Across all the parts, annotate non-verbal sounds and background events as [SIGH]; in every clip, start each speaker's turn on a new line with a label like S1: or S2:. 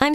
S1: I'm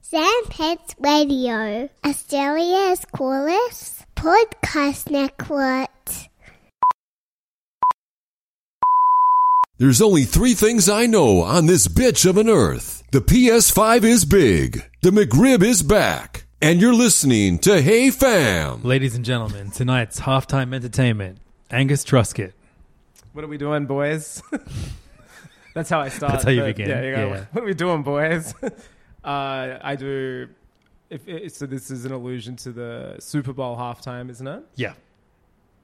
S2: Sam Pets Radio, Australia's coolest podcast network.
S3: There's only three things I know on this bitch of an earth. The PS5 is big, the McRib is back, and you're listening to Hey Fam.
S4: Ladies and gentlemen, tonight's halftime entertainment, Angus Truscott.
S5: What are we doing, boys? [LAUGHS] That's how I start.
S4: That's how you
S5: the-
S4: begin,
S5: Yeah, you go,
S4: yeah.
S5: [LAUGHS] What are we doing, boys? [LAUGHS] uh, I do. If it, so, this is an allusion to the Super Bowl halftime, isn't it?
S4: Yeah.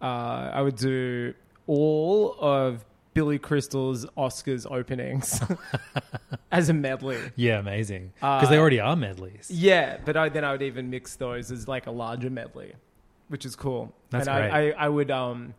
S5: Uh, I would do all of Billy Crystal's
S4: [LAUGHS]
S5: Oscars openings [LAUGHS] as a medley.
S4: Yeah, amazing.
S5: Uh,
S4: Because they already are medleys.
S5: Yeah, but I, then I would even mix those as like a larger medley, which is cool.
S4: That's
S5: and I, I,
S4: great.
S5: I would um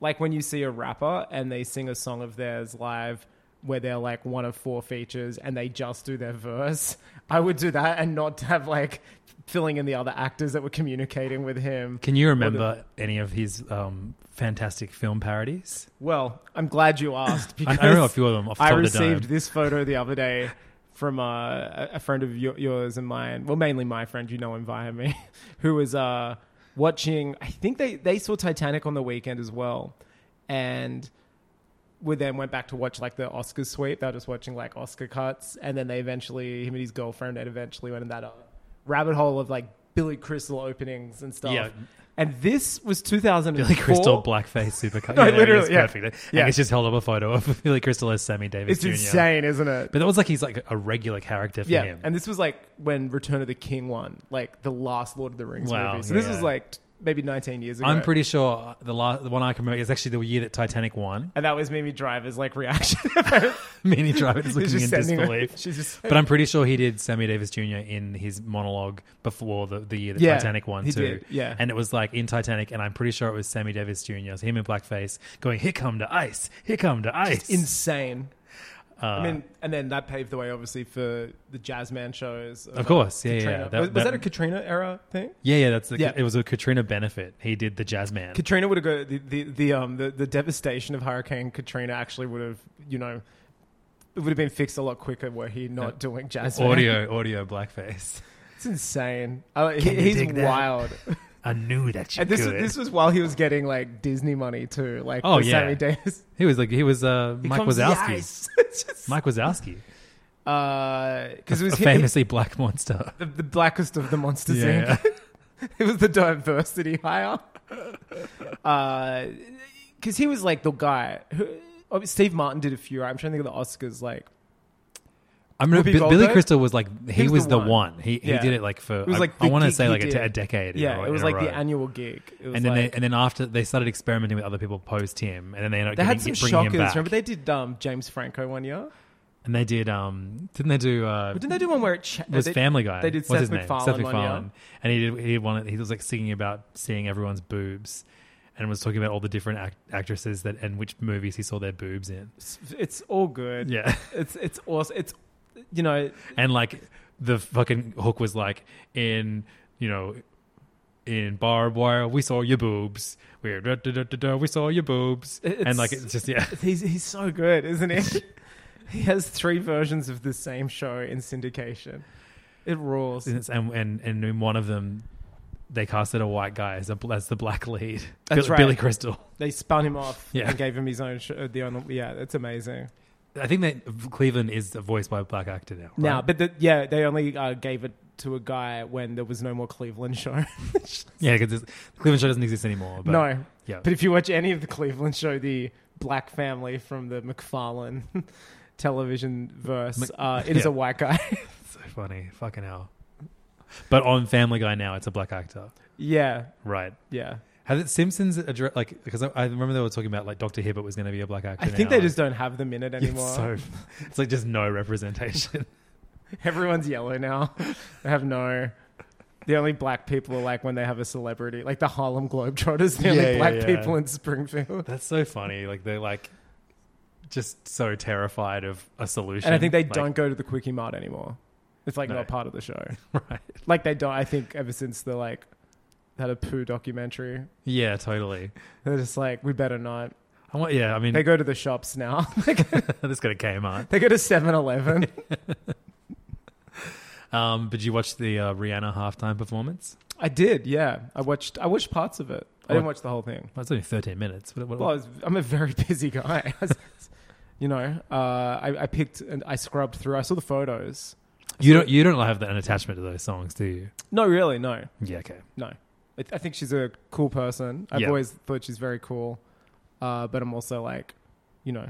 S5: like when you see a rapper and they sing a song of theirs live where they're like one of four features and they just do their verse. [LAUGHS] I would do that and not have like filling in the other actors that were communicating with him.
S4: Can you remember any of his um, fantastic film parodies?
S5: Well, I'm glad you asked
S4: [LAUGHS] I
S5: because
S4: know a few of them off the
S5: I
S4: top of the dome.
S5: received this photo the other day from uh, a a friend of your, yours and mine. Well, mainly my friend, you know him via me, [LAUGHS] who was uh, watching. I think they they saw Titanic on the weekend as well, and we then went back to watch like the Oscar sweep. They were just watching like Oscar cuts, and then they eventually him and his girlfriend had eventually went in that uh, rabbit hole of like Billy Crystal openings and stuff.
S4: Yeah.
S5: And this was 2004.
S4: Billy Crystal blackface supercut.
S5: [LAUGHS] No,
S4: Yeah, there it
S5: literally,
S4: is.
S5: yeah.
S4: perfect.
S5: Yeah.
S4: Angus just held up a photo of [LAUGHS] Billy Crystal as Sammy Davis
S5: It's
S4: Jr.
S5: insane, isn't it?
S4: But that was like he's like a regular character for
S5: Yeah,
S4: him.
S5: and this was like when Return of the King won, like the last Lord of the Rings
S4: Wow,
S5: movie. So this
S4: yeah.
S5: was like t- maybe 19 years ago.
S4: I'm pretty sure the last the one I can remember is actually the year that Titanic won.
S5: And that was Mimi Driver's like reaction. [LAUGHS]
S4: [LAUGHS] Mini Driver is looking in
S5: just sending her-
S4: disbelief.
S5: [LAUGHS] she's just-
S4: but I'm pretty sure he did Sammy Davis Jr. in his monologue before the, the year that
S5: Yeah,
S4: Titanic won
S5: he
S4: too.
S5: did, yeah.
S4: and it was like in Titanic, and I'm pretty sure it was Sammy Davis Jr. It was him in blackface going, "Here come the ice, here come the ice."
S5: Insane. I mean, and then that paved the way, obviously, for the jazz man shows. Uh,
S4: Of course, yeah, yeah,
S5: Katrina.
S4: yeah. That-
S5: was, was
S4: that-
S5: that a Katrina era thing?
S4: yeah, yeah, that's the,
S5: Yeah.
S4: it was a Katrina benefit. He did the jazz man.
S5: Katrina would have go the, the, the um the, the devastation of Hurricane Katrina actually would have you know it would have been fixed a lot quicker were he not doing jazz. man.
S4: audio, audio
S5: [LAUGHS]
S4: blackface.
S5: it's insane. I, he,
S4: Can you
S5: he's
S4: dig that?
S5: wild.
S4: I knew that you
S5: And this was,
S4: could.
S5: this was while he was getting like Disney money too, like
S4: Oh,
S5: the
S4: yeah.
S5: Sammy Davis.
S4: he was like he was uh, [LAUGHS]
S5: Here
S4: Mike
S5: comes the
S4: Wazowski.
S5: ice. [LAUGHS] It's just-
S4: Mike Wazowski,
S5: uh, because it
S4: a
S5: was him-
S4: famously black monster.
S5: the, the blackest of the monsters.
S4: Yeah.
S5: Inc. [LAUGHS] it was the diversity hire. [LAUGHS] Because he was like the guy. Who, oh, Steve Martin did a few. right? I'm trying to think of the Oscars. Like
S4: I remember
S5: Whoopi
S4: Bi- Billy
S5: Goldberg?
S4: Crystal was like he, was, the, one. He
S5: Yeah.
S4: he did it like for
S5: it was
S4: Uh, I-
S5: like
S4: I,
S5: the
S4: want to
S5: gig
S4: say
S5: he
S4: like a,
S5: did.
S4: t- a decade. in
S5: Yeah,
S4: a-
S5: it was
S4: in a
S5: like the
S4: row.
S5: annual gig. It was
S4: And then
S5: like-
S4: they, and then after they started experimenting with other people post him, and then they ended up
S5: they had
S4: getting-
S5: some
S4: bringing him
S5: shockers.
S4: back.
S5: Remember they did um, James Franco one year.
S4: and they did um didn't they do uh
S5: But didn't they do one where it cha-
S4: it was
S5: they-
S4: Family Guy?
S5: They did
S4: What's
S5: Seth
S4: his name?
S5: MacFarlane
S4: Seth
S5: one year.
S4: MacFarlane. And he did he did one. He was like singing about seeing everyone's boobs, and was talking about all the different act- actresses that and which movies he saw their boobs in.
S5: it's all good.
S4: Yeah. [LAUGHS]
S5: It's it's awesome. It's you know
S4: and like the fucking hook was like in you know in barbed wire we saw your boobs we da, da, da, da, da, we saw your boobs
S5: It's-
S4: and like it's just yeah [LAUGHS]
S5: he's he's so good, isn't he? he has three versions of the same show in syndication. It rules.
S4: and, it's- and and and in one of them they casted a white guy as a as the black lead
S5: That's
S4: Billy,
S5: right.
S4: Billy Crystal
S5: They spun him off
S4: Yeah.
S5: and gave him his own show. The own, yeah, it's amazing.
S4: I think that Cleveland is voiced by a black actor now. right?
S5: Now, but the, yeah, they only uh, gave it to a guy when there was no more Cleveland show. [LAUGHS]
S4: yeah, because Cleveland show doesn't exist anymore. But
S5: no,
S4: yeah.
S5: But if you watch any of the Cleveland show, the black family from the McFarlane [LAUGHS] television verse,
S4: Mc-
S5: uh, it is
S4: yeah.
S5: a white guy. [LAUGHS]
S4: so funny, fucking hell. But on Family Guy now, it's a black actor,
S5: yeah,
S4: right?
S5: yeah.
S4: Have the Simpsons address like because I, I remember they were talking about like Doctor Hibbert was going to be a black actor.
S5: I think
S4: now.
S5: they just don't have them in
S4: [LAUGHS]
S5: it
S4: It's
S5: anymore.
S4: so it's like just no representation.
S5: [LAUGHS]
S4: [LAUGHS]
S5: Everyone's yellow now. [LAUGHS] They have no. The only black people are like when they have a celebrity, like the Harlem Globetrotters. The
S4: Yeah,
S5: only
S4: yeah,
S5: black
S4: yeah.
S5: people in Springfield.
S4: That's so funny. Like they're like just so terrified of a solution.
S5: And I think they
S4: Like,
S5: don't go to the Quickie Mart anymore. It's like
S4: No.
S5: not part of the show.
S4: [LAUGHS] right.
S5: Like they don't. I think ever since the like had a poo documentary,
S4: Yeah, totally.
S5: they're just like we better not.
S4: I want. Yeah, I mean,
S5: They go to the shops now. [LAUGHS] they go-
S4: [LAUGHS] this got a Kmart.
S5: they go
S4: [LAUGHS]
S5: to 7-Eleven.
S4: Um, but you watch the uh, Rihanna halftime performance?
S5: I did. Yeah, I watched. I watched parts of it. I didn't
S4: What-
S5: watch the whole thing.
S4: Well, it's only thirteen minutes. What, what,
S5: Well, I was, I'm a very [LAUGHS] busy guy. I was- you know, uh, I, I picked and I scrubbed through. I saw the photos.
S4: you don't. You don't have an attachment to those songs, do you?
S5: No, really, no,
S4: Yeah. Okay.
S5: no. I, I think she's a cool person. I've
S4: Yeah.
S5: always thought she's very cool, uh, but I'm also like, you know,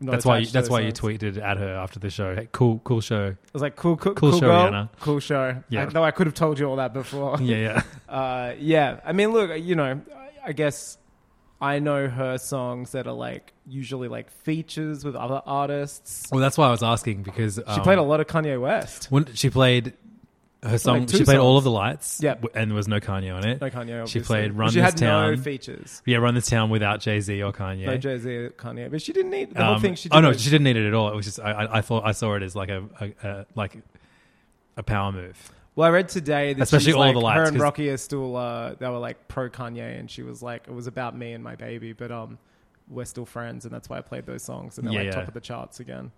S5: not
S4: that's why. You,
S5: attached to
S4: that's
S5: those
S4: why
S5: songs.
S4: you tweeted at her after the show. Hey, cool. Cool show.
S5: I was like, cool, cool,
S4: Cool
S5: cool,
S4: show,
S5: girl,
S4: Rihanna.
S5: cool show.
S4: Yeah.
S5: I, though I could have told you all that
S4: [LAUGHS]
S5: before.
S4: Yeah. Yeah.
S5: Uh, yeah. I mean, look, you know, I- I guess I know her songs that are like usually like features with other artists.
S4: well, that's why I was asking because
S5: She
S4: um,
S5: played a lot of Kanye West.
S4: When she played her song,
S5: two
S4: she played all
S5: songs.
S4: of the lights.
S5: Yeah.
S4: w- and there was no Kanye on it.
S5: No Kanye.
S4: She
S5: Obviously.
S4: played Run
S5: She
S4: This
S5: had
S4: Town.
S5: no features.
S4: yeah, run this town without Jay Z or Kanye.
S5: No Jay Z, Kanye, but she didn't need the
S4: Um,
S5: whole thing. She did
S4: oh no,
S5: was-
S4: she didn't need it at all. It was just I, I, I thought I saw it as like a, a, a like a power move.
S5: Well, I read today that
S4: Especially
S5: she's
S4: All
S5: like,
S4: the Lights,
S5: her and
S4: 'cause-
S5: Rocky are still uh, they were like pro Kanye, and she was like, it was about me and my baby, but um, we're still friends, and that's why I played those songs, and they're
S4: Yeah.
S5: like top of the charts again.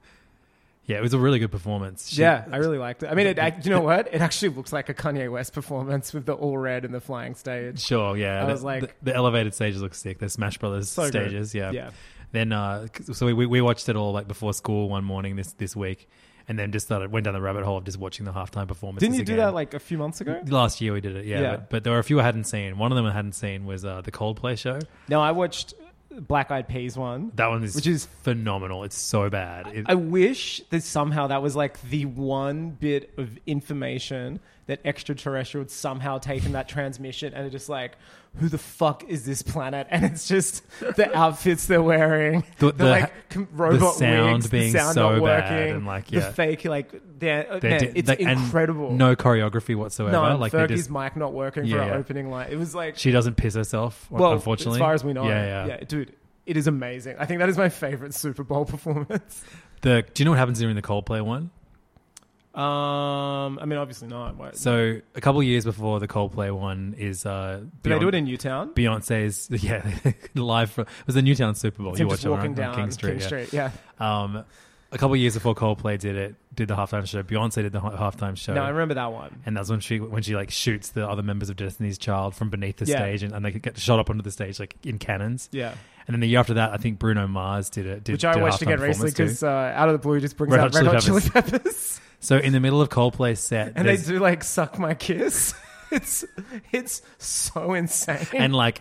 S4: Yeah, it was a really good performance. She-
S5: yeah, I really liked it. I mean, it, I, you know what? It actually looks like a Kanye West performance with the all red and the flying stage.
S4: Sure, yeah.
S5: I
S4: The-
S5: was like-
S4: the, the elevated stages look sick. The Smash Brothers
S5: So good.
S4: stages, yeah.
S5: Yeah.
S4: Then, uh, c- so we, we watched it all like before school one morning this this week, and then just started went down the rabbit hole of just watching the halftime performance.
S5: Didn't you do that like a few months ago?
S4: last year? We did it, yeah.
S5: Yeah.
S4: But, but there were a few I hadn't seen. One of them I hadn't seen was uh, the Coldplay show.
S5: No, I watched Black Eyed Peas one.
S4: That one is
S5: Which is-
S4: phenomenal. It's so bad. It-
S5: I wish that somehow that was like the one bit of information that extraterrestrial had somehow taken that transmission and are just like, who the fuck is this planet? And
S4: [LAUGHS]
S5: it's just the outfits they're wearing,
S4: The-
S5: the,
S4: the-
S5: like com- robot
S4: sound
S5: wigs,
S4: being
S5: the sound
S4: so
S5: not
S4: bad
S5: working,
S4: and, like, yeah.
S5: the fake like they're, uh,
S4: they
S5: man,
S4: did-
S5: it's
S4: they- and
S5: incredible.
S4: No choreography whatsoever.
S5: no, and
S4: like they
S5: Fergie's
S4: just,
S5: mic not working
S4: Yeah,
S5: for
S4: yeah.
S5: our opening line. It was like
S4: she doesn't piss herself.
S5: well,
S4: unfortunately,
S5: as far as we know,
S4: yeah, yeah.
S5: dude. It is amazing. I think that is my favorite Super Bowl [LAUGHS] performance.
S4: The do you know what happens during the Coldplay one?
S5: Um, I mean, obviously not. Why-
S4: So a couple of years before the Coldplay one is uh,
S5: Do they do it
S4: Beyonce-
S5: in Newtown?
S4: Beyonce's [LAUGHS] yeah live from it was the Newtown Super Bowl.
S5: It's
S4: you
S5: him
S4: watch
S5: just
S4: it on-
S5: walking
S4: on
S5: down
S4: King Street. yeah.
S5: Yeah.
S4: Um, a couple of years before Coldplay did it, did the halftime show. Beyonce did the ha- halftime show.
S5: No, I remember that one.
S4: and that's when she when she like shoots the other members of Destiny's Child from beneath the
S5: Yeah.
S4: stage, and, and they get shot up onto the stage like in cannons.
S5: Yeah.
S4: And then the year after that, I think Bruno Mars did it. Did,
S5: Which I
S4: did a
S5: watched
S4: halftime
S5: again recently
S4: performance too.
S5: because uh, Out of the Blue just brings
S4: Red
S5: out
S4: Hot
S5: Red Hot
S4: Chili
S5: Chili Peppers. [LAUGHS]
S4: So in the middle of Coldplay's set,
S5: and they
S4: there's-
S5: do like Suck My Kiss. [LAUGHS] it's it's so insane.
S4: and like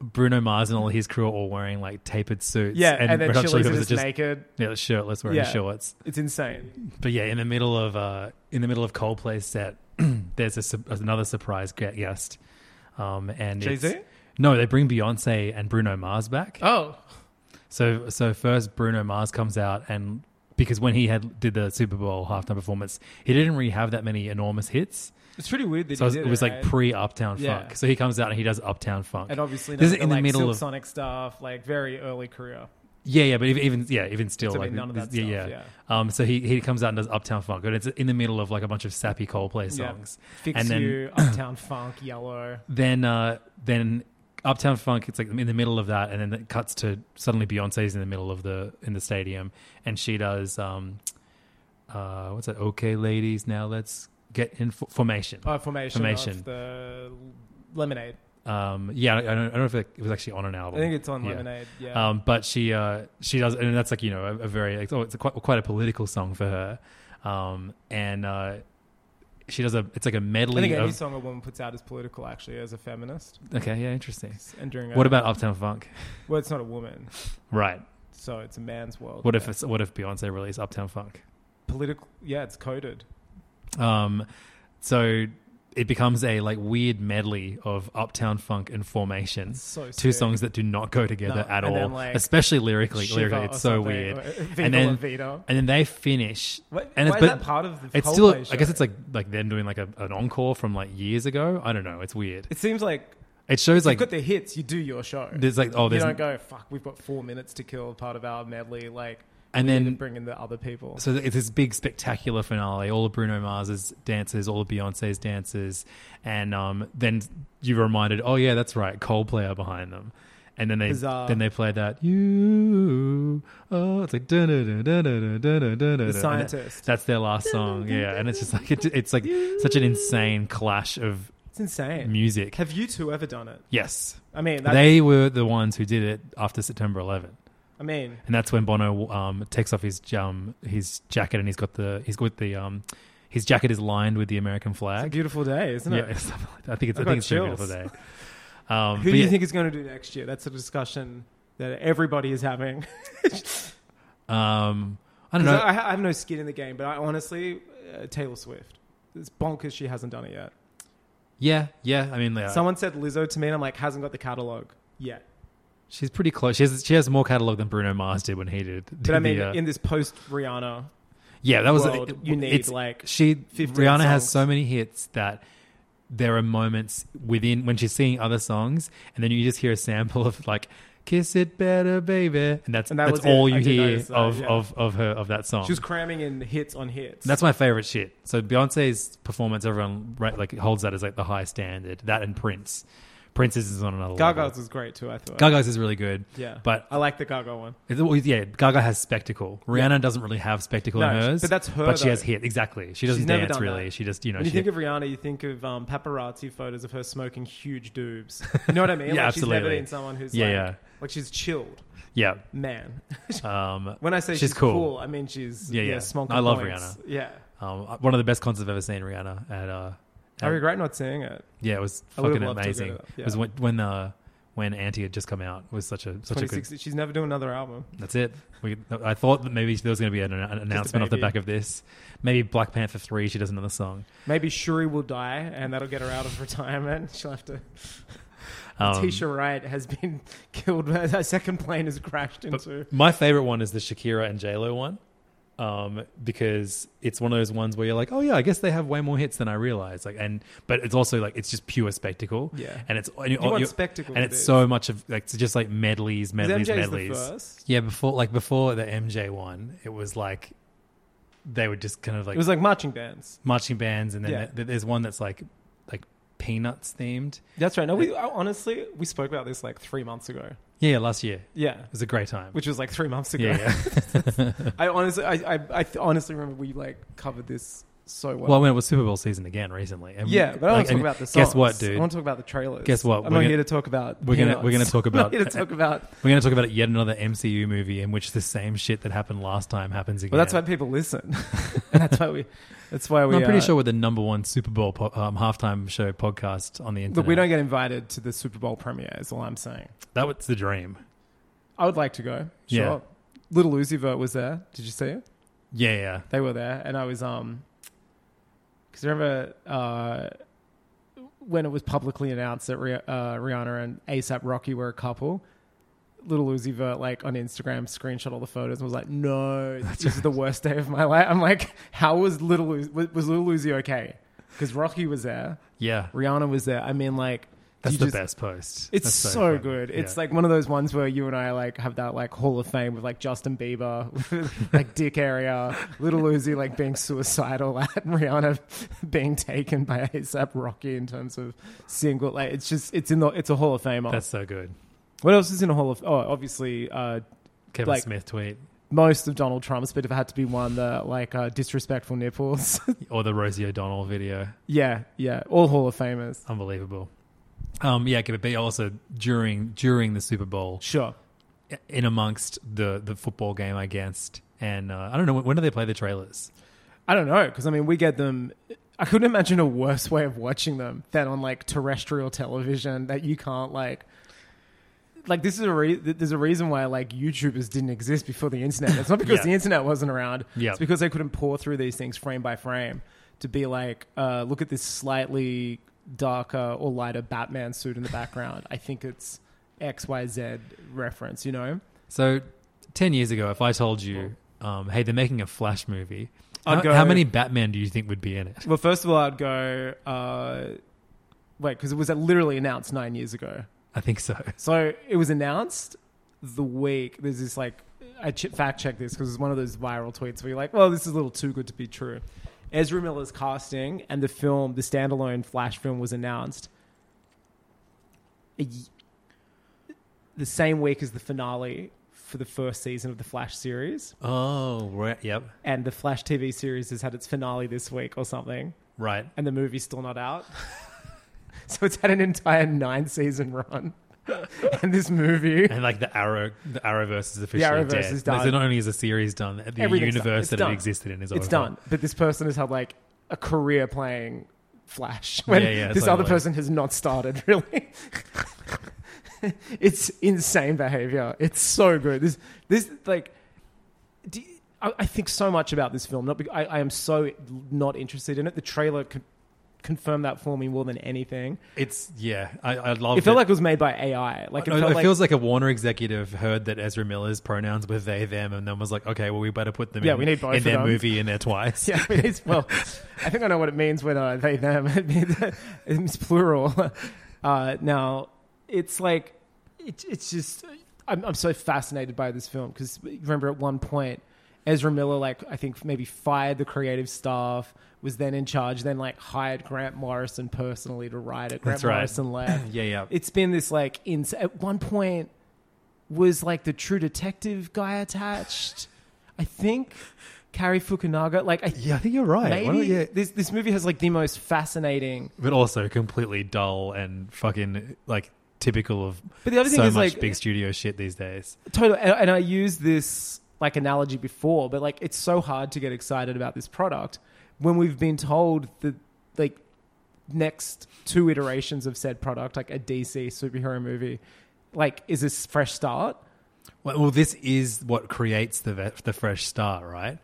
S4: Bruno Mars and all his crew are all wearing like tapered suits.
S5: yeah, and, then
S4: Red Hot Chili
S5: Chili's are
S4: Peppers
S5: just,
S4: are
S5: naked.
S4: Yeah, shirtless, wearing
S5: Yeah.
S4: shorts.
S5: It's insane.
S4: But yeah, in the middle of uh, in the middle of Coldplay's set, [CLEARS THROAT] there's a, su- another surprise gu- guest, um, and it's-
S5: Jay-Z?
S4: No, they bring Beyonce and Bruno Mars back.
S5: Oh.
S4: So so first Bruno Mars comes out and because when he had did the Super Bowl halftime performance, he didn't really have that many enormous hits.
S5: It's pretty weird that
S4: So it was, it was like pre Uptown
S5: eh? Yeah.
S4: Funk. So he comes out and he does Uptown Funk.
S5: and obviously
S4: this is
S5: in
S4: in
S5: like
S4: the middle of
S5: Sonic stuff, like very early career.
S4: yeah, yeah, but even, even yeah, even still
S5: So, I
S4: like
S5: mean, none of that
S4: this- yeah,
S5: stuff,
S4: yeah. Um, so he he comes out and does Uptown Funk, and it's in the middle of like a bunch of sappy Coldplay
S5: Yeah.
S4: songs,
S5: Fix
S4: and then [CLEARS THROAT]
S5: You, Uptown Funk, Yellow.
S4: then uh, then Uptown Funk, it's like in the middle of that, and then it cuts to suddenly Beyonce's in the middle of the in the stadium, and she does um, uh, what's that? Okay, ladies, now let's get in fo- formation.
S5: Uh, formation.
S4: Formation.
S5: Of the lemonade.
S4: Um, yeah, I I don't, I don't know if it, it was actually on an album.
S5: I think it's on
S4: Yeah.
S5: Lemonade, yeah.
S4: Um, but she uh, she does, and that's like you know a, a very like, oh, it's a quite quite a political song for her. Um, and uh, she does a it's like a
S5: I
S4: medley
S5: think any
S4: of
S5: song a woman puts out is political, actually, as a feminist.
S4: okay, yeah, interesting.
S5: And during
S4: What
S5: a-
S4: about Uptown Funk?
S5: Well, it's not a woman,
S4: Right.
S5: so it's a man's world.
S4: What
S5: yeah.
S4: if it's what if Beyonce released Uptown Funk?
S5: political? Yeah, it's coded.
S4: Um, so it becomes a like weird medley of Uptown Funk and Formation.
S5: so
S4: two
S5: sick.
S4: songs that do not go together
S5: No,
S4: at
S5: and
S4: all,
S5: then, like,
S4: especially lyrically.
S5: Shiva
S4: lyrically,
S5: or
S4: it's so
S5: something,
S4: weird.
S5: or, uh, Viva
S4: and then
S5: La Vida.
S4: and then they finish.
S5: What-
S4: and
S5: why
S4: it's,
S5: is
S4: but
S5: that part of the
S4: It's
S5: Coldplay
S4: still. I guess
S5: show?
S4: it's like like them doing like a, an encore from like years ago. I don't know. It's weird.
S5: It seems like
S4: It shows
S5: you've
S4: like
S5: got the hits. You do your show.
S4: there's like oh
S5: you
S4: there's
S5: don't go. Fuck, we've got four minutes to kill. Part of our medley, like,
S4: And
S5: we need
S4: then-
S5: to bring in the other people.
S4: so it's this big spectacular finale all of bruno mars's dances all of beyonce's dances and um, then you're reminded oh yeah that's right coldplay are behind them and then they
S5: Bizarre.
S4: then they play that you oh it's like the
S5: Scientist.
S4: that's their last song yeah and it's just like it, it's like such an insane clash of
S5: It's insane.
S4: music
S5: Have you two ever done it?
S4: yes
S5: I mean, that's,
S4: they were the ones who did it after september 11
S5: I mean,
S4: and that's when Bono um, takes off his um, his jacket and he's got the he's got the um, his jacket is lined with the American
S5: it's a
S4: flag.
S5: beautiful day, isn't
S4: yeah, [LAUGHS]
S5: it?
S4: something like that. I think it's I,
S5: I
S4: think
S5: got
S4: it's a beautiful
S5: chills.
S4: day. Um,
S5: Who
S4: but
S5: do you
S4: yeah,
S5: think is going to do next year? That's a discussion that everybody is having.
S4: Um, I don't
S5: [LAUGHS] 'Cause
S4: know.
S5: I, I have no skin in the game, but I honestly, uh, Taylor Swift. It's bonkers she hasn't done it yet.
S4: yeah, yeah. I mean, yeah,
S5: Someone said Lizzo to me, and I'm like, hasn't got the catalog yet.
S4: she's pretty close. She has she has more catalog than Bruno Mars did when he did.
S5: But I mean,
S4: the, uh,
S5: in this post Rihanna,
S4: yeah, that was
S5: world, you need,
S4: it's-
S5: like,
S4: she
S5: 15
S4: Rihanna has
S5: songs.
S4: so many hits that. There are moments within when she's singing other songs, and then you just hear a sample of like "Kiss It Better, Baby," and that's
S5: And that
S4: that's
S5: was it.
S4: all
S5: I
S4: you
S5: did
S4: hear
S5: notice that,
S4: of,
S5: yeah.
S4: of of her of that song.
S5: she was cramming in hits on hits.
S4: Um, That's my favorite shit. So Beyonce's performance, everyone right, like holds that as like the high standard. That and Prince. Prince's is on another level.
S5: Gaga's was great too. I thought.
S4: Gaga's is really good.
S5: Yeah,
S4: but
S5: I like the Gaga one.
S4: it's always- yeah, Gaga has spectacle. Rihanna doesn't really have spectacle in
S5: No,
S4: hers,
S5: but that's her,
S4: But she
S5: though.
S4: has hit exactly. She doesn't
S5: She's never
S4: dance
S5: done
S4: really.
S5: that.
S4: She just you know
S5: When you
S4: she
S5: think of Rihanna, you think of um, paparazzi photos of her smoking huge doobs.
S4: [LAUGHS]
S5: You know what I mean?
S4: Yeah,
S5: like She's never
S4: absolutely.
S5: been someone who's
S4: Yeah,
S5: like,
S4: yeah.
S5: like she's chilled,
S4: yeah.
S5: man. [LAUGHS]
S4: Um,
S5: when I say she's, cool. I mean she's
S4: Yeah,
S5: yeah,
S4: yeah.
S5: smoking
S4: I love
S5: points.
S4: Rihanna.
S5: Yeah,
S4: Um, one of the best concerts I've ever seen Rihanna at. Uh,
S5: I regret not seeing it.
S4: yeah, it was
S5: I would've
S4: fucking
S5: loved to go to
S4: amazing.
S5: that, yeah.
S4: It was when when uh, when Auntie had just come out. It was such a such a good
S5: 2016. She's never doing another album.
S4: That's it. We, I thought that maybe there was going to be an, an announcement off the
S5: baby.
S4: back of this. Maybe Black Panther 3, she does another song.
S5: Maybe Shuri will die, and that'll get her out of [LAUGHS] retirement. She'll have to. [LAUGHS]
S4: Um,
S5: Tisha Wright has been [LAUGHS] killed. Her second plane has crashed into.
S4: My favorite one is the Shakira and JLo one um, because it's one of those ones where you're like, oh, yeah, I guess they have way more hits than I realized. Like, and But it's also like, it's just pure spectacle.
S5: Yeah.
S4: And it's and you,
S5: want
S4: you-
S5: spectacle
S4: And
S5: with
S4: it's
S5: it.
S4: so much of like, it's just like medleys, medleys,
S5: MJ's the
S4: medleys.
S5: first?
S4: Yeah, before, like before the MJ one, it was like, they would just kind of like
S5: It was like marching bands.
S4: marching bands, and then
S5: Yeah.
S4: th- there's one that's like like peanuts themed.
S5: That's right. No, we honestly we spoke about this like three months ago.
S4: Yeah, yeah, last year it
S5: Yeah,
S4: was a great time.
S5: which was like three months ago.
S4: yeah, yeah.
S5: I honestly, I, I, I honestly remember we like covered this so well.
S4: well, when it was Super Bowl season again recently. And
S5: yeah, but I want
S4: like,
S5: to talk
S4: and
S5: about the songs.
S4: Guess what, dude?
S5: I want to talk about the trailers.
S4: Guess what?
S5: I'm
S4: We're
S5: not
S4: gonna-
S5: here to talk about.
S4: we're gonna- we're gonna
S5: peanuts.
S4: talk
S5: [LAUGHS] I'm not
S4: about-
S5: here to
S4: [LAUGHS]
S5: talk about.
S4: We're going to talk about it yet another MCU movie in which the same shit that happened last time happens again.
S5: Well, that's why
S4: [LAUGHS]
S5: people listen, [LAUGHS] and that's why we. That's why we.
S4: No, I'm pretty
S5: uh,
S4: sure we're the number one Super Bowl po- um, halftime show podcast on the internet.
S5: Look, we don't get invited to the Super Bowl premiere. Is all I'm saying.
S4: that was the dream.
S5: I would like to go. Sure.
S4: Yeah.
S5: Little Uzi Vert was there. Did you see it?
S4: Yeah, yeah.
S5: They were there, and I was um. Because remember uh, when it was publicly announced that Rih- uh, Rihanna and ASAP Rocky were a couple. Little Uzi Vert, like on Instagram, screenshot all the photos and was
S4: [LAUGHS]
S5: like, "No, this is the worst day of my life." I'm like, "How was Little Uzi? Was, was Little Uzi okay?" Because Rocky was there,
S4: Yeah.
S5: Rihanna was there. I mean, like, do
S4: That's
S5: you
S4: the
S5: just-
S4: best post.
S5: It's
S4: That's
S5: so,
S4: funny.
S5: good. It's
S4: Yeah.
S5: like one of those ones where you and I like have that like Hall of Fame with like Justin Bieber, [LAUGHS] like Dick Area, Little Uzi like being suicidal, at [LAUGHS] Rihanna being taken by ASAP Rocky in terms of single. Like it's just it's in the it's a Hall of Fame.
S4: That's so good.
S5: What else is in a Hall of? Oh, obviously uh,
S4: Kevin
S5: Like-
S4: Smith tweet
S5: most of Donald Trump's, but if it had to be one that like uh, disrespectful nipples. [LAUGHS]
S4: or the Rosie O'Donnell video.
S5: yeah, yeah, all Hall of Famers.
S4: Unbelievable. Um, yeah, could it be also during during the Super Bowl,
S5: Sure.
S4: in amongst the the football game, I guess. And uh, I don't know when, when do they play the trailers?
S5: I don't know because I mean we get them. I couldn't imagine a worse way of watching them than on like terrestrial television that you can't like. Like this is a re- th- there's a reason why like YouTubers didn't exist before the internet. It's not
S4: [LAUGHS]
S5: because
S4: Yeah.
S5: the internet wasn't around.
S4: Yeah.
S5: It's because they couldn't pour through these things frame by frame to be like, uh, look at this slightly darker or lighter Batman suit in the background. I think it's X Y Z reference. You know,
S4: So ten years ago, if I told you, um, hey, they're making a Flash movie,
S5: I'd
S4: how,
S5: go-
S4: how many Batman do you think would be in it?
S5: Well, first of all, I'd go. Uh, wait, because it was literally announced nine years ago.
S4: I think so.
S5: So it was announced the week. There's this like I ch- fact checked this because it's one of those viral tweets where you're like, "Well, this is a little too good to be true." Ezra Miller's casting and the film, the standalone Flash film, was announced a y- the same week as the finale for the first season of the Flash series,
S4: Oh, right. Yep.
S5: and the Flash TV series has had its finale this week or something
S4: Right.
S5: and the movie's still not out. [LAUGHS] so it's had an entire nine season run. [LAUGHS] and this movie,
S4: And like the Arrow, the Arrowverse is officially
S5: Arrowverse
S4: dead.
S5: is done.
S4: Like, not only is the series done, the
S5: everything's done.
S4: universe
S5: It's
S4: that
S5: done.
S4: it existed in is
S5: It's
S4: over.
S5: done. But this person has had like a career playing Flash when
S4: Yeah, yeah,
S5: this other
S4: totally.
S5: person has not started [LAUGHS] really. it's insane behavior. It's so good. This, this like, do you- I, I think so much about this film. Not be, I, I am so not interested in it. The trailer con- confirmed that for me more than anything.
S4: It's yeah. I, I love.
S5: It felt like it was made by AI. Like it,
S4: No,
S5: felt
S4: it
S5: like, [LAUGHS]
S4: feels like a Warner executive heard that Ezra Miller's pronouns were they, them, and then was like, okay, well, we better put them
S5: Yeah,
S4: in,
S5: we need both
S4: in
S5: of
S4: their
S5: them.
S4: movie in there
S5: [LAUGHS]
S4: twice.
S5: Yeah, I mean, it's, well, I think I know what it means when uh, they them. [LAUGHS] It means- it's plural. [LAUGHS] Uh, now, it's like it, it's just I'm, I'm so fascinated by this film because remember at one point Ezra Miller, like I think maybe fired the creative staff, was then in charge, then like hired Grant Morrison personally to write it. Grant
S4: That's right.
S5: Morrison
S4: [CLEARS THROAT]
S5: left.
S4: Yeah, yeah.
S5: It's been this like ins- at one point was like the True Detective guy attached. I think Carrie Fukunaga. Like I
S4: Yeah, I think you're right. Why
S5: Maybe
S4: don't you-
S5: this this movie has like the most fascinating.
S4: but also completely dull and fucking like typical of.
S5: But the other thing
S4: so
S5: is,
S4: much
S5: like-
S4: big studio shit these days.
S5: Total, and, and I used this like analogy before, but like it's so hard to get excited about this product when we've been told that like next two iterations of said product, like a DC superhero movie, like is this fresh start.
S4: Well, well, this is what creates the ve- the fresh start, right?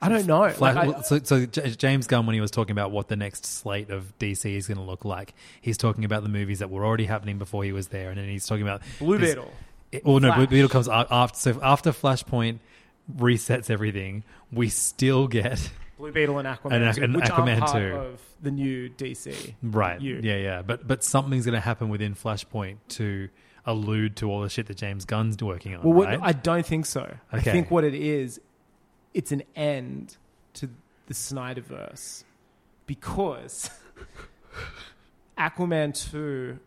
S5: I don't know.
S4: Flash,
S5: Like, I-
S4: well, so, so J- James Gunn, when he was talking about what the next slate of DC is going to look like, he's talking about the movies that were already happening before he was there, and then he's talking about
S5: Blue
S4: this-
S5: Beetle.
S4: It, well, no, Blue
S5: Flash.
S4: Beetle comes a- after. So after Flashpoint resets everything, we still get
S5: Blue Beetle and Aquaman,
S4: And Aqu-
S5: two,
S4: and
S5: which
S4: Aquaman
S5: are part
S4: two.
S5: of the new DC.
S4: right.
S5: You.
S4: Yeah, yeah. But but something's going to happen within Flashpoint to allude to all the shit that James Gunn's working on.
S5: Well, what,
S4: right?
S5: I don't think so. I
S4: Okay.
S5: think what it is, it's an end to the Snyderverse because [LAUGHS] Aquaman 2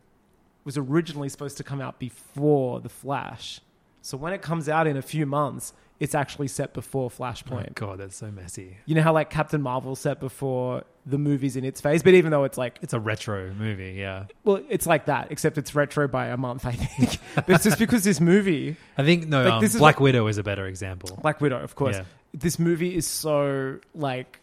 S5: was originally supposed to come out before The Flash. So when it comes out in a few months, it's actually set before
S4: oh,
S5: Flashpoint.
S4: God, that's so messy.
S5: you know how like Captain Marvel set before the movies in its phase, but even though it's like
S4: It's a retro movie. Yeah,
S5: well, it's like that, except it's retro by a month, I think. [LAUGHS] but it's just because this movie
S4: I think no.
S5: Like,
S4: um,
S5: this is
S4: Black
S5: like-
S4: Widow is a better example.
S5: Black Widow, of course.
S4: Yeah.
S5: This movie is so like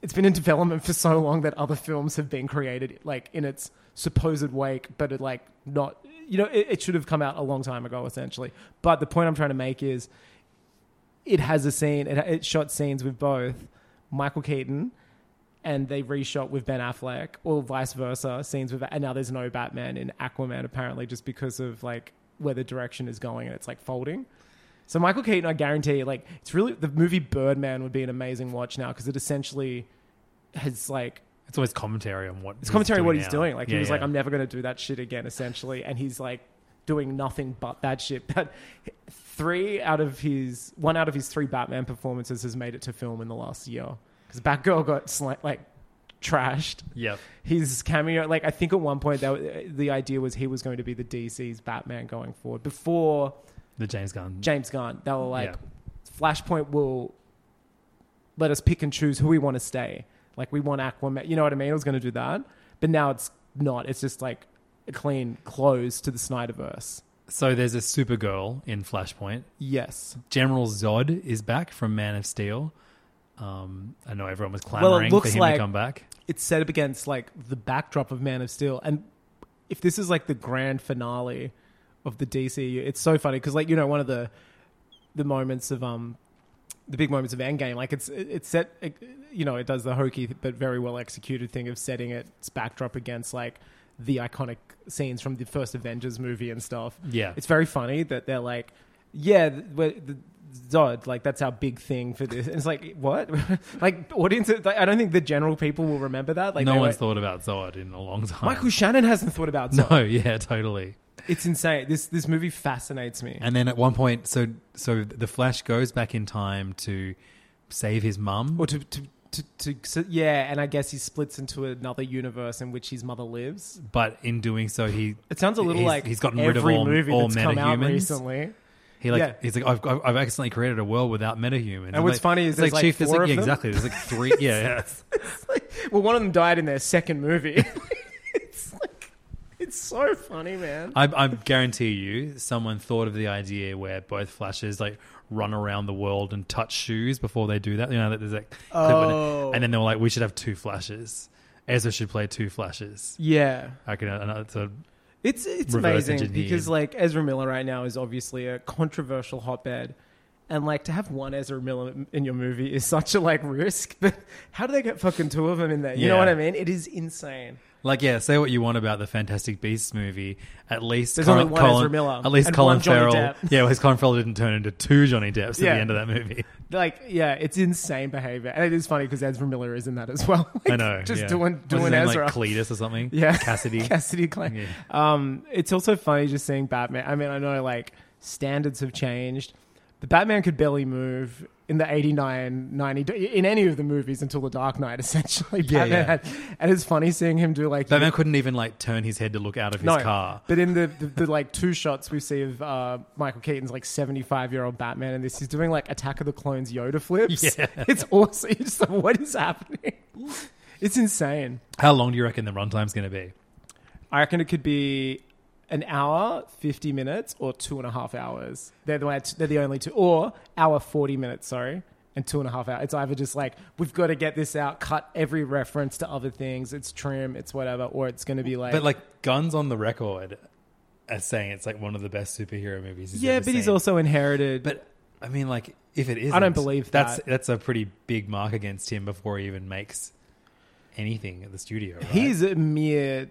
S5: it's been in development for so long that other films have been created like in its supposed wake, but it like not you know, it, it should have come out a long time ago essentially. But the point I'm trying to make is it has a scene it, it shot scenes with both Michael Keaton and they reshot with Ben Affleck or vice versa scenes with and now there's no Batman in Aquaman apparently just because of like where the direction is going and it's like folding. So Michael Keaton, I guarantee, like it's really the movie Birdman would be an amazing watch now because it essentially has like
S4: It's always commentary on what
S5: it's commentary on what he's
S4: now.
S5: doing. Like he
S4: Yeah,
S5: was like,
S4: yeah.
S5: I'm never going to do that shit again, essentially, and he's like doing nothing but that shit. That three out of his one out of his three Batman performances has made it to film in the last year because Batgirl got sli- like trashed.
S4: Yep.
S5: His cameo, like I think at one point, that w- the idea was he was going to be the DC's Batman going forward before
S4: the James Gunn.
S5: James Gunn. They were like,
S4: Yeah.
S5: Flashpoint will let us pick and choose who we want to stay. Like we want Aquaman. You know what I mean? It was going to do that, but now it's not. It's just like a clean close to the Snyderverse.
S4: So there's a Supergirl in Flashpoint.
S5: Yes.
S4: General Zod is back from Man of Steel. Um, I know everyone was
S5: it
S4: clamoring for
S5: looks
S4: him
S5: like-
S4: to come back.
S5: It's set up against like the backdrop of Man of Steel, and if this is like the grand finale of the DCU, it's so funny because like you know one of the the moments of um the big moments of Endgame, like it's it's set, you know, it does the hokey but very well executed thing of setting its backdrop against like the iconic scenes from the first Avengers movie and stuff.
S4: Yeah.
S5: it's very funny that they're like, yeah, th- we're, the Zod, like that's our big thing for this. And it's like what, [LAUGHS] like audiences? Like, I don't think the general people will remember that. Like
S4: no
S5: they
S4: one's
S5: were-
S4: thought about Zod in a long time.
S5: Michael Shannon hasn't thought about
S4: [LAUGHS]
S5: Zod.
S4: no, yeah, totally.
S5: It's insane. This this movie fascinates me.
S4: And then at one point, so so the Flash goes back in time to save his mum.
S5: or to, to, to, to so, yeah, and I guess he splits into another universe in which his mother lives.
S4: but in doing so, he
S5: It sounds a little
S4: he's-
S5: like
S4: he's gotten
S5: every
S4: rid of all,
S5: movie
S4: all
S5: that's come out
S4: metahumans.
S5: recently.
S4: He like
S5: Yeah.
S4: he's like I've, I've I've accidentally created a world without metahumans. And,
S5: what's
S4: like,
S5: funny is
S4: it's
S5: there's, like,
S4: Chief, there's
S5: four
S4: like yeah,
S5: of them.
S4: exactly there's like
S5: [LAUGHS]
S4: three yeah, yeah.
S5: Well, one of them died in their second movie. [LAUGHS] it's like it's so funny, man.
S4: I, I guarantee you, someone thought of the idea where both flashes like run around the world and touch shoes before they do that. You know, that there's like, clip on it.
S5: Oh.
S4: and then they were like, we should have two flashes. Ezra should play two flashes.
S5: Yeah,
S4: I can, uh, and it's a,
S5: it's it's
S4: Reverse
S5: amazing
S4: engineered.
S5: because like Ezra Miller right now is obviously a controversial hotbed. And like to have one Ezra Miller in your movie is such a like risk, [LAUGHS] but how do they get fucking two of them in there? You know
S4: Yeah.
S5: what I mean? It is insane.
S4: like, yeah, say what you want about the Fantastic Beasts movie. At least
S5: There's
S4: Colin,
S5: only one
S4: Colin-
S5: Ezra Miller
S4: At least
S5: and
S4: Colin
S5: one Johnny
S4: Farrell.
S5: Depp.
S4: [LAUGHS] Yeah, well, his Colin Farrell didn't turn into two Johnny Depps at
S5: Yeah.
S4: the end of that
S5: [LAUGHS]
S4: movie.
S5: like yeah, it's insane behavior, and it is funny because Ezra Miller is in that as well. [LAUGHS]
S4: I
S5: Like,
S4: know.
S5: just
S4: yeah.
S5: doing
S4: What's his
S5: doing
S4: name,
S5: Ezra.
S4: like Cletus or something.
S5: [LAUGHS] yeah,
S4: Cassidy.
S5: [LAUGHS] Cassidy Clay.
S4: Yeah.
S5: Um, it's also funny just seeing Batman. I mean, I know like standards have changed. The Batman could barely move in the 89, 90, in any of the movies until The Dark Knight, [LAUGHS] essentially.
S4: Yeah,
S5: Batman
S4: yeah.
S5: Had, and it's funny seeing him do like
S4: Batman couldn't even like turn his head to look out of his car.
S5: But in the, the, the like two shots we see of uh, Michael Keaton's like seventy five year old Batman, and this he's doing like Attack of the Clones Yoda flips.
S4: Yeah.
S5: [LAUGHS] It's awesome. It's just like, what is happening? It's insane.
S4: How long do you reckon the runtime's going to be?
S5: I reckon it could be an hour, fifty minutes, or two and a half hours. They're the way, they're the only two, or hour forty minutes. Sorry. And two and a half hours. It's either just like we've got to get this out, cut every reference to other things. It's trim, it's whatever, or it's going to be like.
S4: But like Guns on the record as saying it's like one of the best superhero movies. He's
S5: yeah,
S4: ever
S5: but he's
S4: seen.
S5: also inherited.
S4: But I mean, like if it is,
S5: believe
S4: that's
S5: that.
S4: that's a pretty big mark against him before he even makes anything at the studio. Right?
S5: He is a mere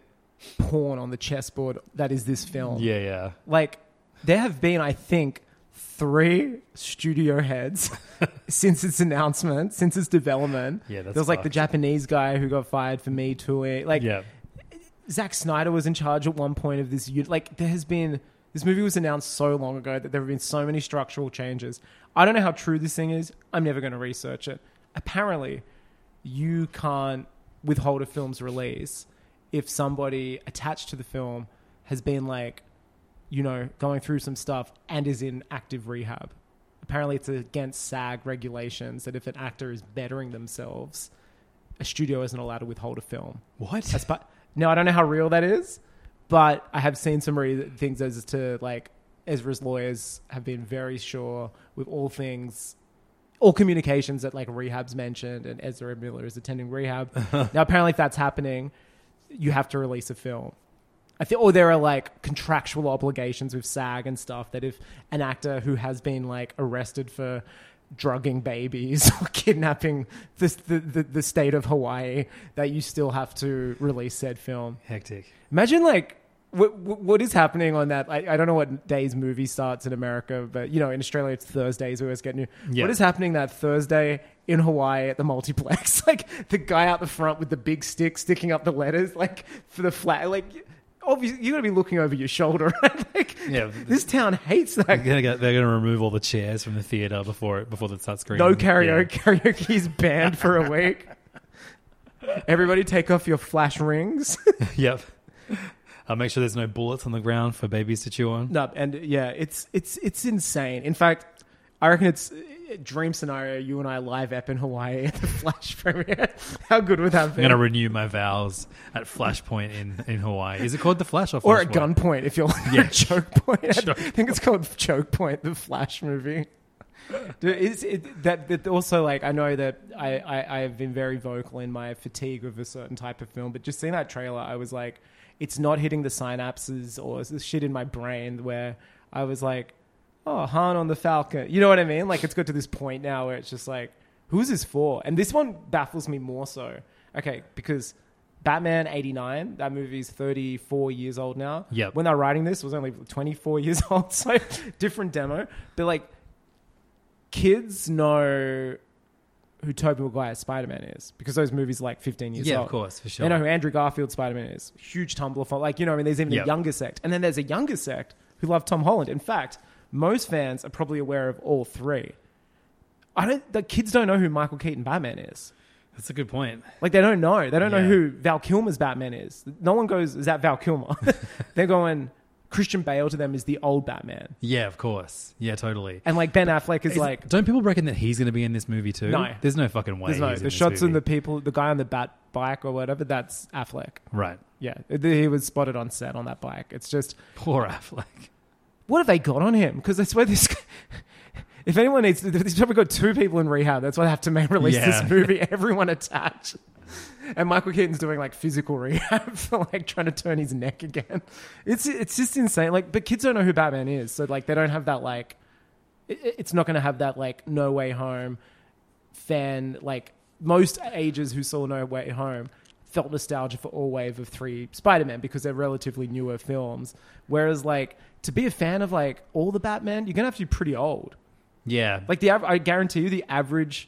S5: pawn on the chessboard that is this film.
S4: yeah, yeah.
S5: Like, there have been, I think, three studio heads
S4: [LAUGHS]
S5: since its announcement, since its development.
S4: Yeah, that's
S5: There was like the
S4: fucked.
S5: Japanese guy who got fired for Me Too. eh? Like,
S4: Yeah.
S5: Zack Snyder was in charge at one point of this. u- Like, there has been. This movie was announced so long ago that there have been so many structural changes. I don't know how true this thing is. I'm never going to research it. Apparently, you can't withhold a film's release if somebody attached to the film has been like, you know, going through some stuff and is in active rehab. Apparently, it's against SAG regulations that if an actor is bettering themselves, a studio isn't allowed to withhold a film.
S4: What?
S5: That's but no, I don't know how real that is, but I have seen some re- things as to like Ezra's lawyers have been very sure with all things, all communications that like rehab's mentioned and Ezra Miller is attending rehab. now, apparently, if that's happening, you have to release a film. I think, or there are like contractual obligations with SAG and stuff that if an actor who has been like arrested for drugging babies [LAUGHS] or kidnapping the, the, the, the state of Hawaii, that you still have to release said film.
S4: Hectic.
S5: Imagine like what, what is happening on that. I, I don't know what days movie starts in America, but you know, in Australia it's Thursdays. We always get new.
S4: Yeah.
S5: What is happening that Thursday in Hawaii at the multiplex? [LAUGHS] like the guy out the front with the big stick sticking up the letters, like for the flag. Like obviously you're gonna be looking over your shoulder. [LAUGHS] Right? Like
S4: Yeah.
S5: this town hates that.
S4: They're gonna, get, they're gonna remove all the chairs from the theater before it before the start screen.
S5: No karaoke. Karaoke's banned for
S4: [LAUGHS]
S5: a week. Everybody take off your flash rings.
S4: Yep. I'll make sure there's no bullets on the ground
S5: uh,
S4: for babies to chew on.
S5: No, and yeah, it's it's it's insane. In fact, I reckon it's dream scenario, you and I live up in Hawaii at the Flash premiere. [LAUGHS] How good would that
S4: I'm
S5: be?
S4: gonna renew my vows at Flashpoint in, in Hawaii. Is it called the Flash or
S5: or at
S4: Flashpoint?
S5: gunpoint, if you're [LAUGHS] yeah. choke
S4: [LAUGHS]
S5: point. I
S4: Choke
S5: think it's called choke point, the Flash movie. Dude, is it, that, that also like I know that I, I I have been very vocal in my fatigue with a certain type of film, but just seeing that trailer, I was like, it's not hitting the synapses or the shit in my brain where I was like, oh Han on the Falcon, you know what I mean? Like it's got to this point now where it's just like, who's this for? And this one baffles me more so. Okay, because Batman '89, that movie is 34 years old now.
S4: Yep.
S5: when they're writing this, it was only 24 [LAUGHS] years old, so different demo, but like kids know who Tobey Maguire's Spider Man is because those movies are like 15 years
S4: Yeah,
S5: old.
S4: of course, for sure.
S5: They know who Andrew Garfield's Spider Man is. Huge Tumblr fan. Like, you know, I mean, there's even
S4: Yep.
S5: a younger sect. And then there's a younger sect who love Tom Holland. In fact, most fans are probably aware of all three. I don't, the kids don't know who Michael Keaton Batman is.
S4: That's a good point.
S5: Like, they don't know. They don't
S4: Yeah.
S5: know who Val Kilmer's Batman is. No one goes, is that Val Kilmer? [LAUGHS] They're going, Christian Bale to them is the old Batman.
S4: Yeah, of course. Yeah, totally.
S5: And like Ben Affleck is
S4: Is-
S5: like,
S4: don't people reckon that he's gonna be in this movie too?
S5: No.
S4: there's no fucking way.
S5: There's no
S4: he's in
S5: the
S4: this
S5: shots and
S4: movie.
S5: the people, the guy on the bat bike or whatever. That's Affleck.
S4: right.
S5: Yeah, th- he was spotted on set on that bike. It's just
S4: Poor Affleck. [LAUGHS]
S5: what have they got on him? Because I swear this. [LAUGHS] If anyone needs, they've probably got two people in rehab. That's why they have to man release
S4: Yeah.
S5: this movie. [LAUGHS] Everyone attached. And Michael Keaton's doing like physical [LAUGHS] rehab for like trying to turn his neck again. It's it's just insane. Like, but kids don't know who Batman is, so like they don't have that like. it- It's not going to have that like No Way Home fan like most ages who saw No Way Home felt nostalgia for all wave of three Spider Man because they're relatively newer films. Whereas like to be a fan of like all the Batman, you're gonna have to be pretty old.
S4: Yeah,
S5: Like the av- I guarantee you, the average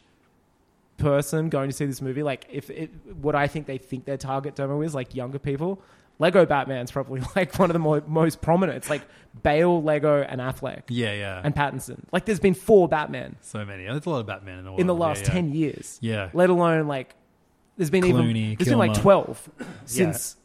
S5: person going to see this movie, like if it, what I think they think their target demo is, like younger people. Lego Batman's probably [LAUGHS] like one of the more, most prominent. It's like Bale, Lego, and Affleck
S4: yeah, yeah.
S5: and Pattinson. Like there's been four Batman
S4: so many. There's a lot of Batman in the world
S5: in the
S4: Yeah,
S5: last
S4: yeah.
S5: 10 years.
S4: Yeah.
S5: Let alone like there's been even
S4: Clooney,
S5: there's been like
S4: Kilmer.
S5: 12 since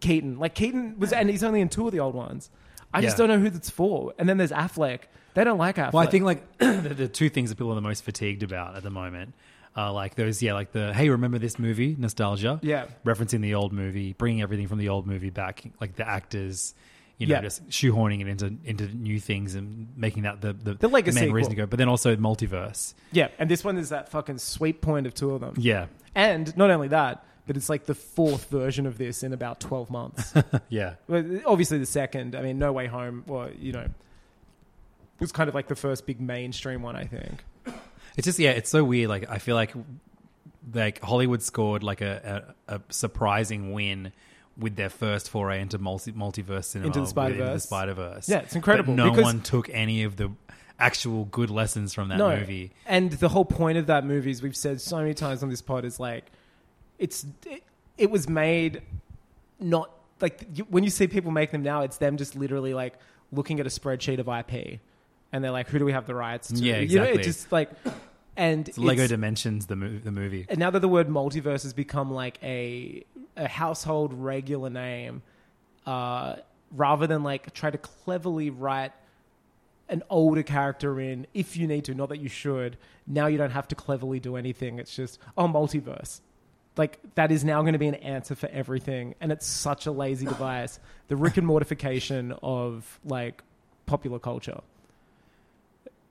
S5: Keaton. Like Keaton was and he's only in two of the old ones. I just
S4: Yeah.
S5: don't know who that's for. And then there's Affleck. They don't like Affleck.
S4: Well, I think like [CLEARS THROAT] the, the two things that people are the most fatigued about at the moment are like those, yeah, like the hey, remember this movie nostalgia,
S5: Yeah.
S4: referencing the old movie, bringing everything from the old movie back, like the actors, you know,
S5: Yeah.
S4: just shoehorning it into into new things and making that the the,
S5: The legacy
S4: main reason to
S5: sequel.
S4: go. But then also multiverse,
S5: yeah, and this one is that fucking sweet point of two of them.
S4: yeah,
S5: And not only that, but it's like the fourth version of this in about 12
S4: [LAUGHS]
S5: months.
S4: yeah,
S5: Well, obviously the second, I mean No Way Home, well, you know, was kind of like the first big mainstream one, I think.
S4: It's just yeah, it's so weird. Like I feel like like Hollywood scored like a a, a surprising win with their first foray into multi multiverse cinema
S5: Into
S4: with- Into
S5: the
S4: the
S5: Spider-Verse.
S4: Spider Verse.
S5: Yeah, it's incredible,
S4: no
S5: because-
S4: one took any of the actual good lessons from that movie.
S5: And the whole point of that movie is we've said so many times on this pod is like, it's it, it was made not like you, when you see people make them now, it's them just literally like looking at a spreadsheet of IP, and they're like, who do we have the rights to?
S4: Yeah,
S5: You know,
S4: exactly.
S5: it's just like, and
S4: It's Lego
S5: it's-
S4: Dimensions, the mo- the movie.
S5: and now that the word multiverse has become like a a household regular name, uh, rather than like try to cleverly write an older character in if you need to, not that you should. Now you don't have to cleverly do anything. It's just oh multiverse. Like that is now going to be an answer for everything, and it's such a lazy device. The Rick and Mortification of like popular culture.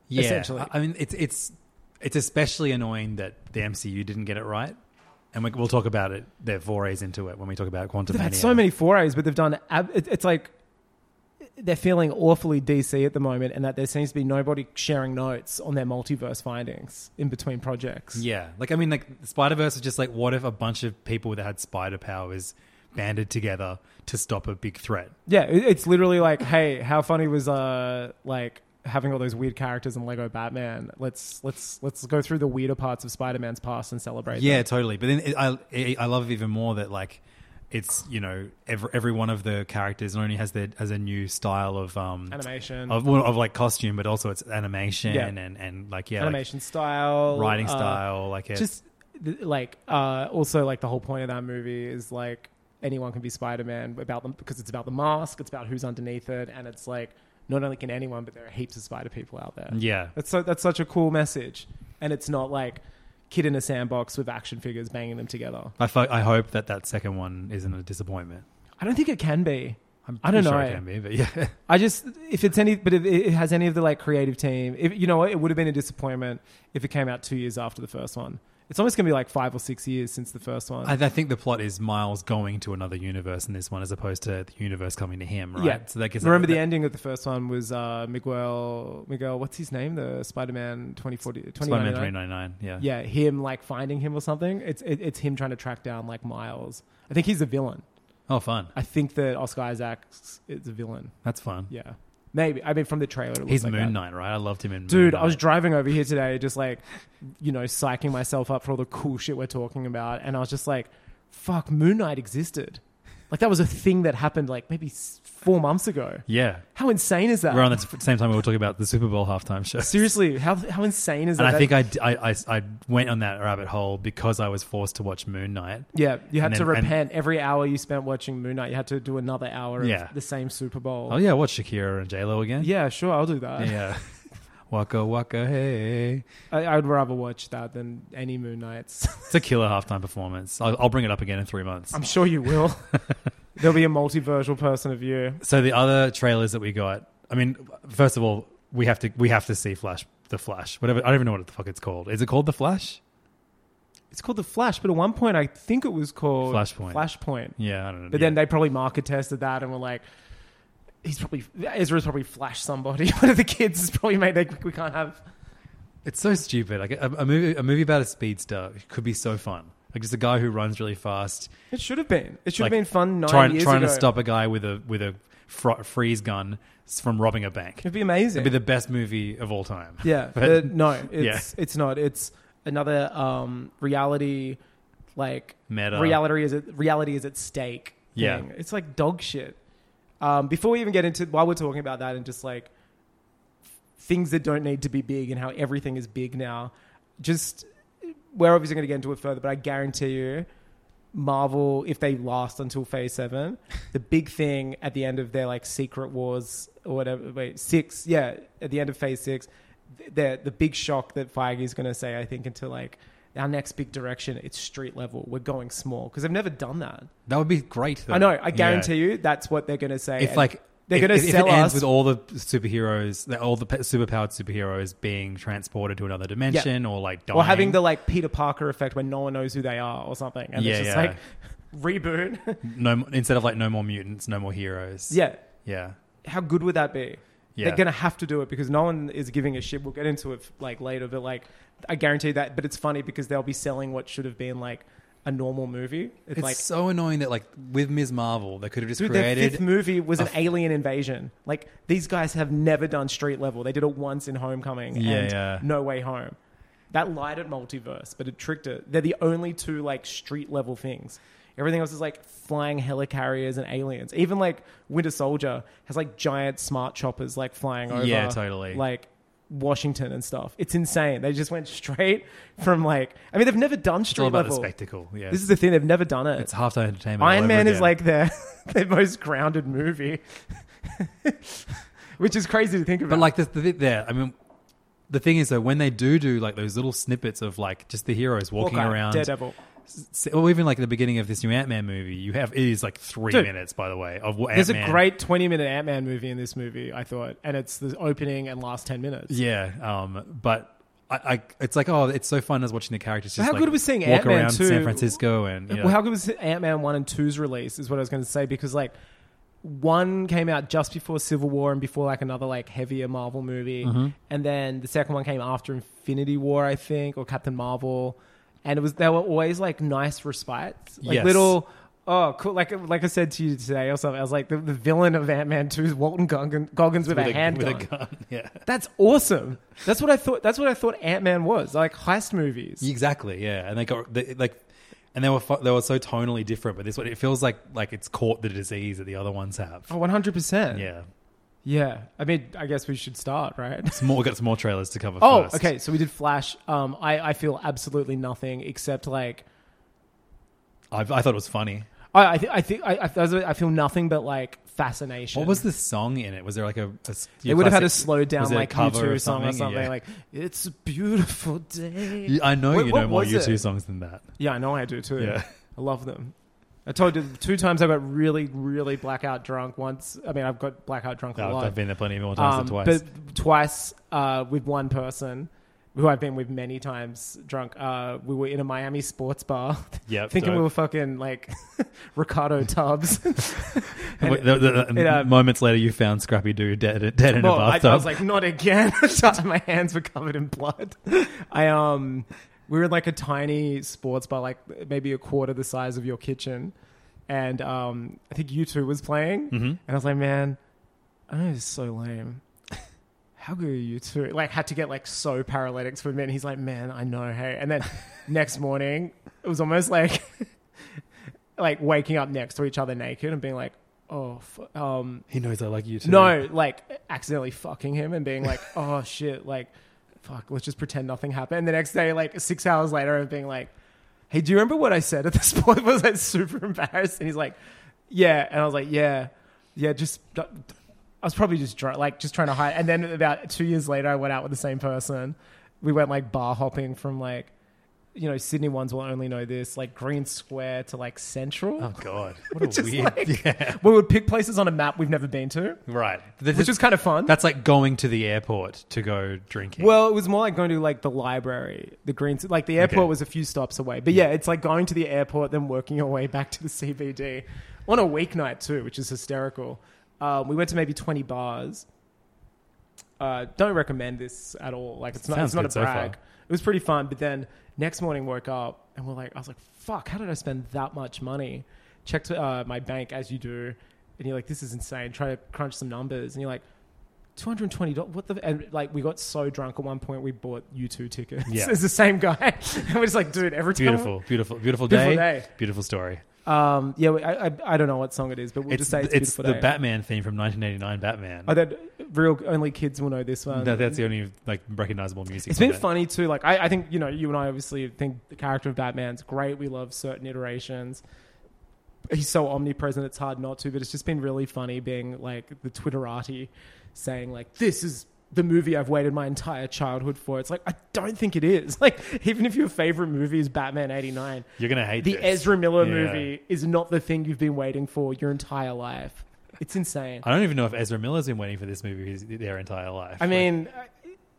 S4: Yeah,
S5: essentially.
S4: I I mean, it's it's it's especially annoying that the MCU didn't get it right, and we, we'll talk about it their forays into it when we talk about Quantum.
S5: They've had so many forays, but they've done. Ab- it- it's like they're feeling awfully DC at the moment, and that there seems to be nobody sharing notes on their multiverse findings in between projects.
S4: Yeah, like I mean, like Spider Verse is just like, what if a bunch of people that had spider powers banded together to stop a big threat?
S5: Yeah, it- it's literally like, hey, how funny was uh like having all those weird characters in Lego Batman? Let's let's let's go through the weirder parts of Spider Man's past and celebrate.
S4: Yeah,
S5: them.
S4: totally. But then it, I it, I love it even more that like it's you know every every one of the characters not only has their has a new style of um
S5: Animation.
S4: of, well, of like costume, but also it's animation
S5: Yeah.
S4: and and like yeah
S5: animation style,
S4: like, writing
S5: uh,
S4: style, like it's
S5: just th- like uh, also like the whole point of that movie is like anyone can be Spider Man about them because it's about the mask, it's about who's underneath it, and it's like not only can anyone, but there are heaps of spider people out there.
S4: Yeah.
S5: That's so that's such a cool message. And it's not like kid in a sandbox with action figures banging them together.
S4: I, fu- I hope that that second one isn't a disappointment.
S5: I don't think it can be.
S4: I'm
S5: I don't
S4: pretty
S5: know.
S4: Sure it can be, but yeah. [LAUGHS]
S5: I just if it's any, but if it has any of the like creative team, if, you know, what, it would have been a disappointment if it came out two years after the first one. It's almost gonna be like five or six years since the first one.
S4: I, I think the plot is Miles going to another universe in this one, as opposed to the universe coming to him, right?
S5: Yeah.
S4: So that gives
S5: remember
S4: that,
S5: the ending of the first one was uh, Miguel. Miguel, what's his name? The Spider-Man 2040,
S4: Spider-Man
S5: 2099?
S4: 2099. Yeah.
S5: Yeah, him like finding him or something. It's it, it's him trying to track down like Miles. I think he's the villain.
S4: Oh, fun.
S5: I think that Oscar Isaac is a villain.
S4: That's fun.
S5: Yeah, maybe. I mean, from the trailer, it looks
S4: He's
S5: like
S4: Moon
S5: that.
S4: Knight, right? I loved him in.
S5: Dude,
S4: Moon
S5: I was
S4: Knight.
S5: driving over here today, just like, you know, psyching myself up for all the cool shit we're talking about. And I was just like, fuck, Moon Knight existed. Like, that was a thing that happened like maybe s- four months ago.
S4: Yeah.
S5: How insane is that?
S4: We're on the t- same time we were talking about the Super Bowl halftime show.
S5: Uh, Seriously, how, how insane is
S4: And
S5: that?
S4: I think I, d- I- I- I went on that rabbit hole because I was forced to watch Moon Knight.
S5: Yeah, you had
S4: And
S5: to
S4: then- and-
S5: repent every hour you spent watching Moon Knight. You had to do another hour
S4: Yeah.
S5: of the same Super Bowl.
S4: Oh, yeah, I watched Shakira and J-Lo again.
S5: Yeah, sure, I'll do that.
S4: Yeah. [LAUGHS] waka waka hey.
S5: I, I would rather watch that than any Moon Knights. [LAUGHS]
S4: It's a killer halftime performance. I'll, I'll bring it up again in three months.
S5: I'm sure
S4: [LAUGHS]
S5: you will. There'll be a multiversal person of you.
S4: So the other trailers that we got, I mean, first of all, we have to we have to see Flash, the Flash, whatever. I don't even know what the fuck it's called. Is it called the Flash?
S5: It's called The Flash, but at one point I think it was called
S4: Flashpoint.
S5: Flashpoint.
S4: Yeah, I don't know.
S5: But then they probably market tested that and were like, he's probably, Ezra's probably flashed somebody. [LAUGHS] One of the kids has probably made, like, we can't have.
S4: it's so stupid. Like a, a movie, a movie about a speedster could be so fun. Like just a guy who runs really fast.
S5: It should have been. It should
S4: like,
S5: have been fun nine
S4: trying
S5: years
S4: trying
S5: ago.
S4: to stop a guy with a with a fro- freeze gun from robbing a bank.
S5: It'd be amazing.
S4: It'd be the best movie of all time. [LAUGHS]
S5: Yeah,
S4: But-
S5: uh, no, it's it's not. It's another um, reality, like
S4: Meta.
S5: reality is at, reality is at stake.
S4: Yeah.
S5: thing. it's like dog shit. Um, before we even get into while we're talking about that and just like things that don't need to be big and how everything is big now, just we're obviously going to get into it further, but I guarantee you. Marvel, if they last until Phase Seven, the big thing at the end of their like Secret Wars or whatever, wait, six, yeah, at the end of Phase Six, th- the the big shock that Feige is going to say, I think, into like our next big direction, it's street level. We're going small because they've never done that.
S4: that would be great. Though.
S5: I know.
S4: Yeah.
S5: I guarantee you, that's what they're going to say.
S4: if
S5: And
S4: like
S5: they're
S4: if-
S5: going
S4: if,
S5: to
S4: if
S5: sell
S4: it ends
S5: us
S4: with all the superheroes, the- all the pe- superpowered superheroes being transported to another dimension or like dying.
S5: or having the like Peter Parker effect where no one knows who they are or something, and
S4: Yeah,
S5: it's just
S4: yeah.
S5: like [LAUGHS] reboot.
S4: [LAUGHS] no mo- instead of like no more mutants, no more heroes.
S5: yeah,
S4: yeah.
S5: how good would that be?
S4: Yeah.
S5: They're gonna have to do it because no one is giving a shit. We'll get into it like later, but like I guarantee that. But it's funny because they'll be selling what should have been like a normal movie. It's,
S4: It's
S5: like
S4: so annoying that like with Ms. Marvel, they could have just
S5: dude, their
S4: created.
S5: fifth movie was an alien invasion. Like these guys have never done street level. They did it once in Homecoming
S4: Yeah,
S5: and
S4: yeah.
S5: No Way Home. That lied at multiverse, but it tricked it. They're the only two like street level things. Everything else is like flying helicarriers and aliens. Even like Winter Soldier has like giant smart choppers like flying over.
S4: Yeah, totally.
S5: Like Washington and stuff. It's insane. They just went [LAUGHS] straight from like. I mean, they've never done
S4: it's
S5: street
S4: all about
S5: level.
S4: the spectacle. Yeah,
S5: This is the thing they've never done it.
S4: it's halftime entertainment. all
S5: Iron
S4: over
S5: Man is
S4: again.
S5: like their [LAUGHS] their most grounded movie, [LAUGHS] which is crazy to think about.
S4: but like the, the there. I mean, the thing is though, when they do do like those little snippets of like just the heroes walking
S5: Hawkeye,
S4: around,
S5: Daredevil.
S4: s- or even like the beginning of this new Ant Man movie, you have it is like three
S5: Dude,
S4: minutes. By the way, of Ant Man.
S5: There's a great 20 minute Ant Man movie in this movie, I thought, and it's the opening and last 10 minutes.
S4: Yeah, um, but I, I, it's like, oh, it's so fun as watching the characters. Just
S5: How
S4: like,
S5: good was seeing
S4: walk
S5: Ant-Man
S4: around
S5: too?
S4: San Francisco and you know,
S5: Well, how good was Ant Man 1 and 2's release, is what I was going to say, because like one came out just before Civil War and before like another like heavier Marvel movie.
S4: Mm-hmm.
S5: And then the second one came after Infinity War, I think, or Captain Marvel. And it was, they were always like nice respites, like
S4: Yes.
S5: little, oh, cool. Like, like I said to you today or something, I was like, the, the villain of Ant Man 2 is Walton Goggins, Goggins with,
S4: with,
S5: a handgun.
S4: with a gun. Yeah,
S5: That's awesome. That's what I thought. That's what I thought Ant Man was like heist
S4: [LAUGHS]
S5: movies.
S4: exactly. Yeah, and they got they, like, and they were fu- they were so tonally different. But this one, it feels like like it's caught the disease that the other ones have.
S5: Oh, 100%.
S4: Yeah,
S5: Yeah. I mean, I guess we should start, right?
S4: some more. We got some more trailers to cover.
S5: [LAUGHS] Oh,
S4: first.
S5: okay. So we did Flash. Um, I, I feel absolutely nothing except like
S4: I, I thought it was funny.
S5: I I, th- I think I, I I feel nothing but like fascination.
S4: What was the song in it? Was there like a? a s-
S5: They would have had to
S4: classic-
S5: slow down
S4: was it a
S5: like U2
S4: cover
S5: song
S4: or
S5: or something,
S4: Yeah.
S5: like "It's a beautiful day."
S4: You- I know
S5: Wait,
S4: you
S5: what
S4: know more
S5: was
S4: U2
S5: it?
S4: songs than that.
S5: Yeah, I know I do too.
S4: Yeah.
S5: I love them. I told you the two times I got really, really blackout drunk. Once, I mean, I've got blackout drunk a
S4: No,
S5: lot.
S4: I've been there plenty more times than
S5: Um,
S4: twice.
S5: But twice uh, with one person who I've been with many times drunk. Uh, we were in a Miami sports bar. [LAUGHS]
S4: Yep,
S5: thinking we
S4: dope.
S5: were fucking like [LAUGHS] Ricardo Tubbs. [LAUGHS]
S4: And the- the- the-
S5: it, uh,
S4: moments later, you found Scrappy Doo dead, dead in
S5: Well,
S4: a
S5: I,
S4: bathtub.
S5: I was like, not again. [LAUGHS] My hands were covered in blood. [LAUGHS] I um, we were in like a tiny sports bar, like maybe a quarter the size of your kitchen, and um, I think U two was playing, and I was like, man, I know this is so lame. How good are you two? Like, had to get like so paralytics for a minute. He's like, man, I know. Hey, and then next morning, it was almost like [LAUGHS] like waking up next to each other naked and being like, oh, f- um,
S4: he knows I like U2.
S5: no, like accidentally fucking him and
S4: [LAUGHS]
S5: being like, oh shit, like, fuck, let's just pretend nothing happened. And the next day, like six hours later, and being like, hey, do you remember what I said at this [LAUGHS] point? Was like super embarrassed? And he's like, yeah. And I was like, yeah, yeah, just. I was probably just dry, like just trying to hide. And then about two years later, I went out with the same person. We went like bar hopping from like, you know, Sydney ones will only know this, like Green Square to like Central. [LAUGHS]
S4: Oh God, what a
S5: Just
S4: weird.
S5: like-
S4: [LAUGHS] yeah,
S5: We would pick places on a map we've never been to.
S4: right.
S5: Which is kind of fun.
S4: That's like going to the airport to go drinking.
S5: Well, it was more like going to like the library, the greens. Like the airport
S4: Okay.
S5: was a few stops away, but yeah, it's like going to the airport then working your way back to the CBD on a weeknight too, which is hysterical. Um, we went to maybe twenty bars. Uh, don't recommend this at all. Like it's not,
S4: Sounds
S5: it's not a
S4: good so far.
S5: brag. it was pretty fun, but then next morning woke up and we're like, I was like, fuck, how did I spend that much money? Checked uh, my bank as you do, and you're like, this is insane. Try to crunch some numbers, and you're like. Two hundred and twenty dollars. What the? And like, we got so drunk at one point, we bought U two tickets.
S4: Yeah.
S5: [LAUGHS] it's the same guy. and we're just like, dude, every time.
S4: beautiful, beautiful, beautiful day,
S5: Beautiful day.
S4: beautiful story.
S5: Um, yeah, we- I, I, I don't know what song it is, but we'll
S4: it's
S5: just say it's,
S4: it's
S5: beautiful
S4: the
S5: day.
S4: Batman theme from 1989 Batman.
S5: Oh, that real only kids will know this one.
S4: that, that's the only like recognizable music.
S5: It's
S4: from
S5: been
S4: that.
S5: funny too. Like I, I think you know, you and I obviously think the character of Batman's great. We love certain iterations. He's so omnipresent; it's hard not to. But it's just been really funny being like the Twitterati saying like, "This is the movie I've waited my entire childhood for." It's like I don't think it is. [LAUGHS] Like even if your favorite movie is Batman '89,
S4: You're gonna hate
S5: the
S4: this.
S5: Ezra Miller
S4: Yeah.
S5: movie is not the thing you've been waiting for your entire life. It's insane.
S4: I don't even know if Ezra Miller's been waiting for this movie his, their entire life.
S5: I
S4: Like,
S5: mean, uh,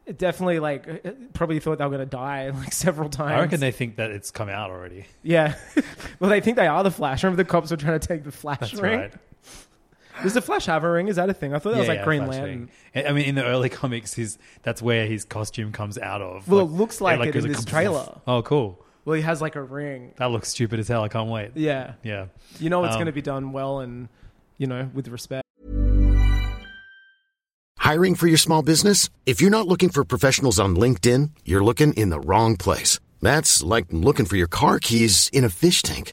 S5: it definitely like it probably thought they were going to die [LAUGHS] like several times.
S4: I reckon they think that it's come out already.
S5: yeah. [LAUGHS] well, they think they are the Flash. Remember the cops were trying to take the Flash
S4: That's
S5: ring.
S4: right.
S5: Does the Flash have a ring? [LAUGHS] Is that a thing? I thought that was like Green
S4: Flash
S5: Lantern.
S4: Ring. I I mean, in the early [LAUGHS] comics, his that's where his costume comes out of.
S5: Well, it looks like it
S4: goes
S5: in this
S4: kabloof.
S5: trailer.
S4: Oh, cool.
S5: Well, he has like a ring.
S4: That looks stupid as hell. I can't wait.
S5: Yeah,
S4: Yeah.
S5: you know it's
S4: Um,
S5: going to be done well and you know with respect.
S6: Hiring for your small business? If you're not looking for professionals on LinkedIn, you're looking in the wrong place. That's like looking for your car keys in a fish tank.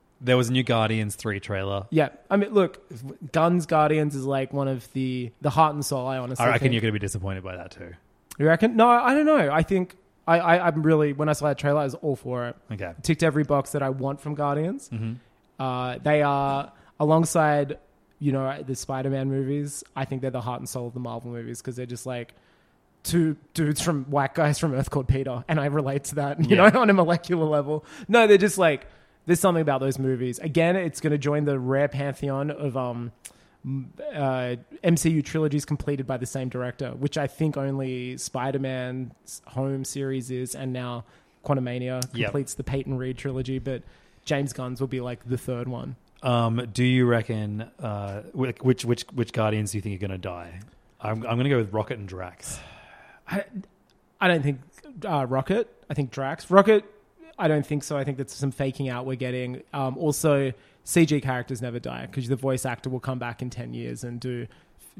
S4: there was a new Guardians three trailer.
S5: Yeah, I mean, look, Guns Guardians is like one of the the heart and soul. I honestly,
S4: I reckon
S5: think.
S4: you're going to be disappointed by that too.
S5: You reckon? No, I don't know. I think I, I I'm really when I saw that trailer, I was all for it.
S4: Okay.
S5: ticked every box that I want from Guardians. Uh, they are alongside, you know, the Spider-Man movies. I think they're the heart and soul of the Marvel movies because they're just like two dudes from white guys from Earth called Peter, and I relate to that, [LAUGHS] you
S4: Yeah.
S5: know, on a molecular level. No, they're just like there's something about those movies. Again, it's going to join the rare pantheon of um. m- Uh, MCU trilogies completed by the same director, which I think only Spider-Man's Home series is, and now Quantumania
S4: Yep.
S5: completes the Peyton Reed trilogy, but James Gunn's will be like the third one.
S4: Um, do you reckon uh, whi- which which which Guardians do you think are going to die? I'm, I'm going to go with Rocket and Drax.
S5: I don't think uh, Rocket. I think Drax. Rocket. I don't think so. I think that's some faking out we're getting. Um, also, CG characters never die because the voice actor will come back in ten years and do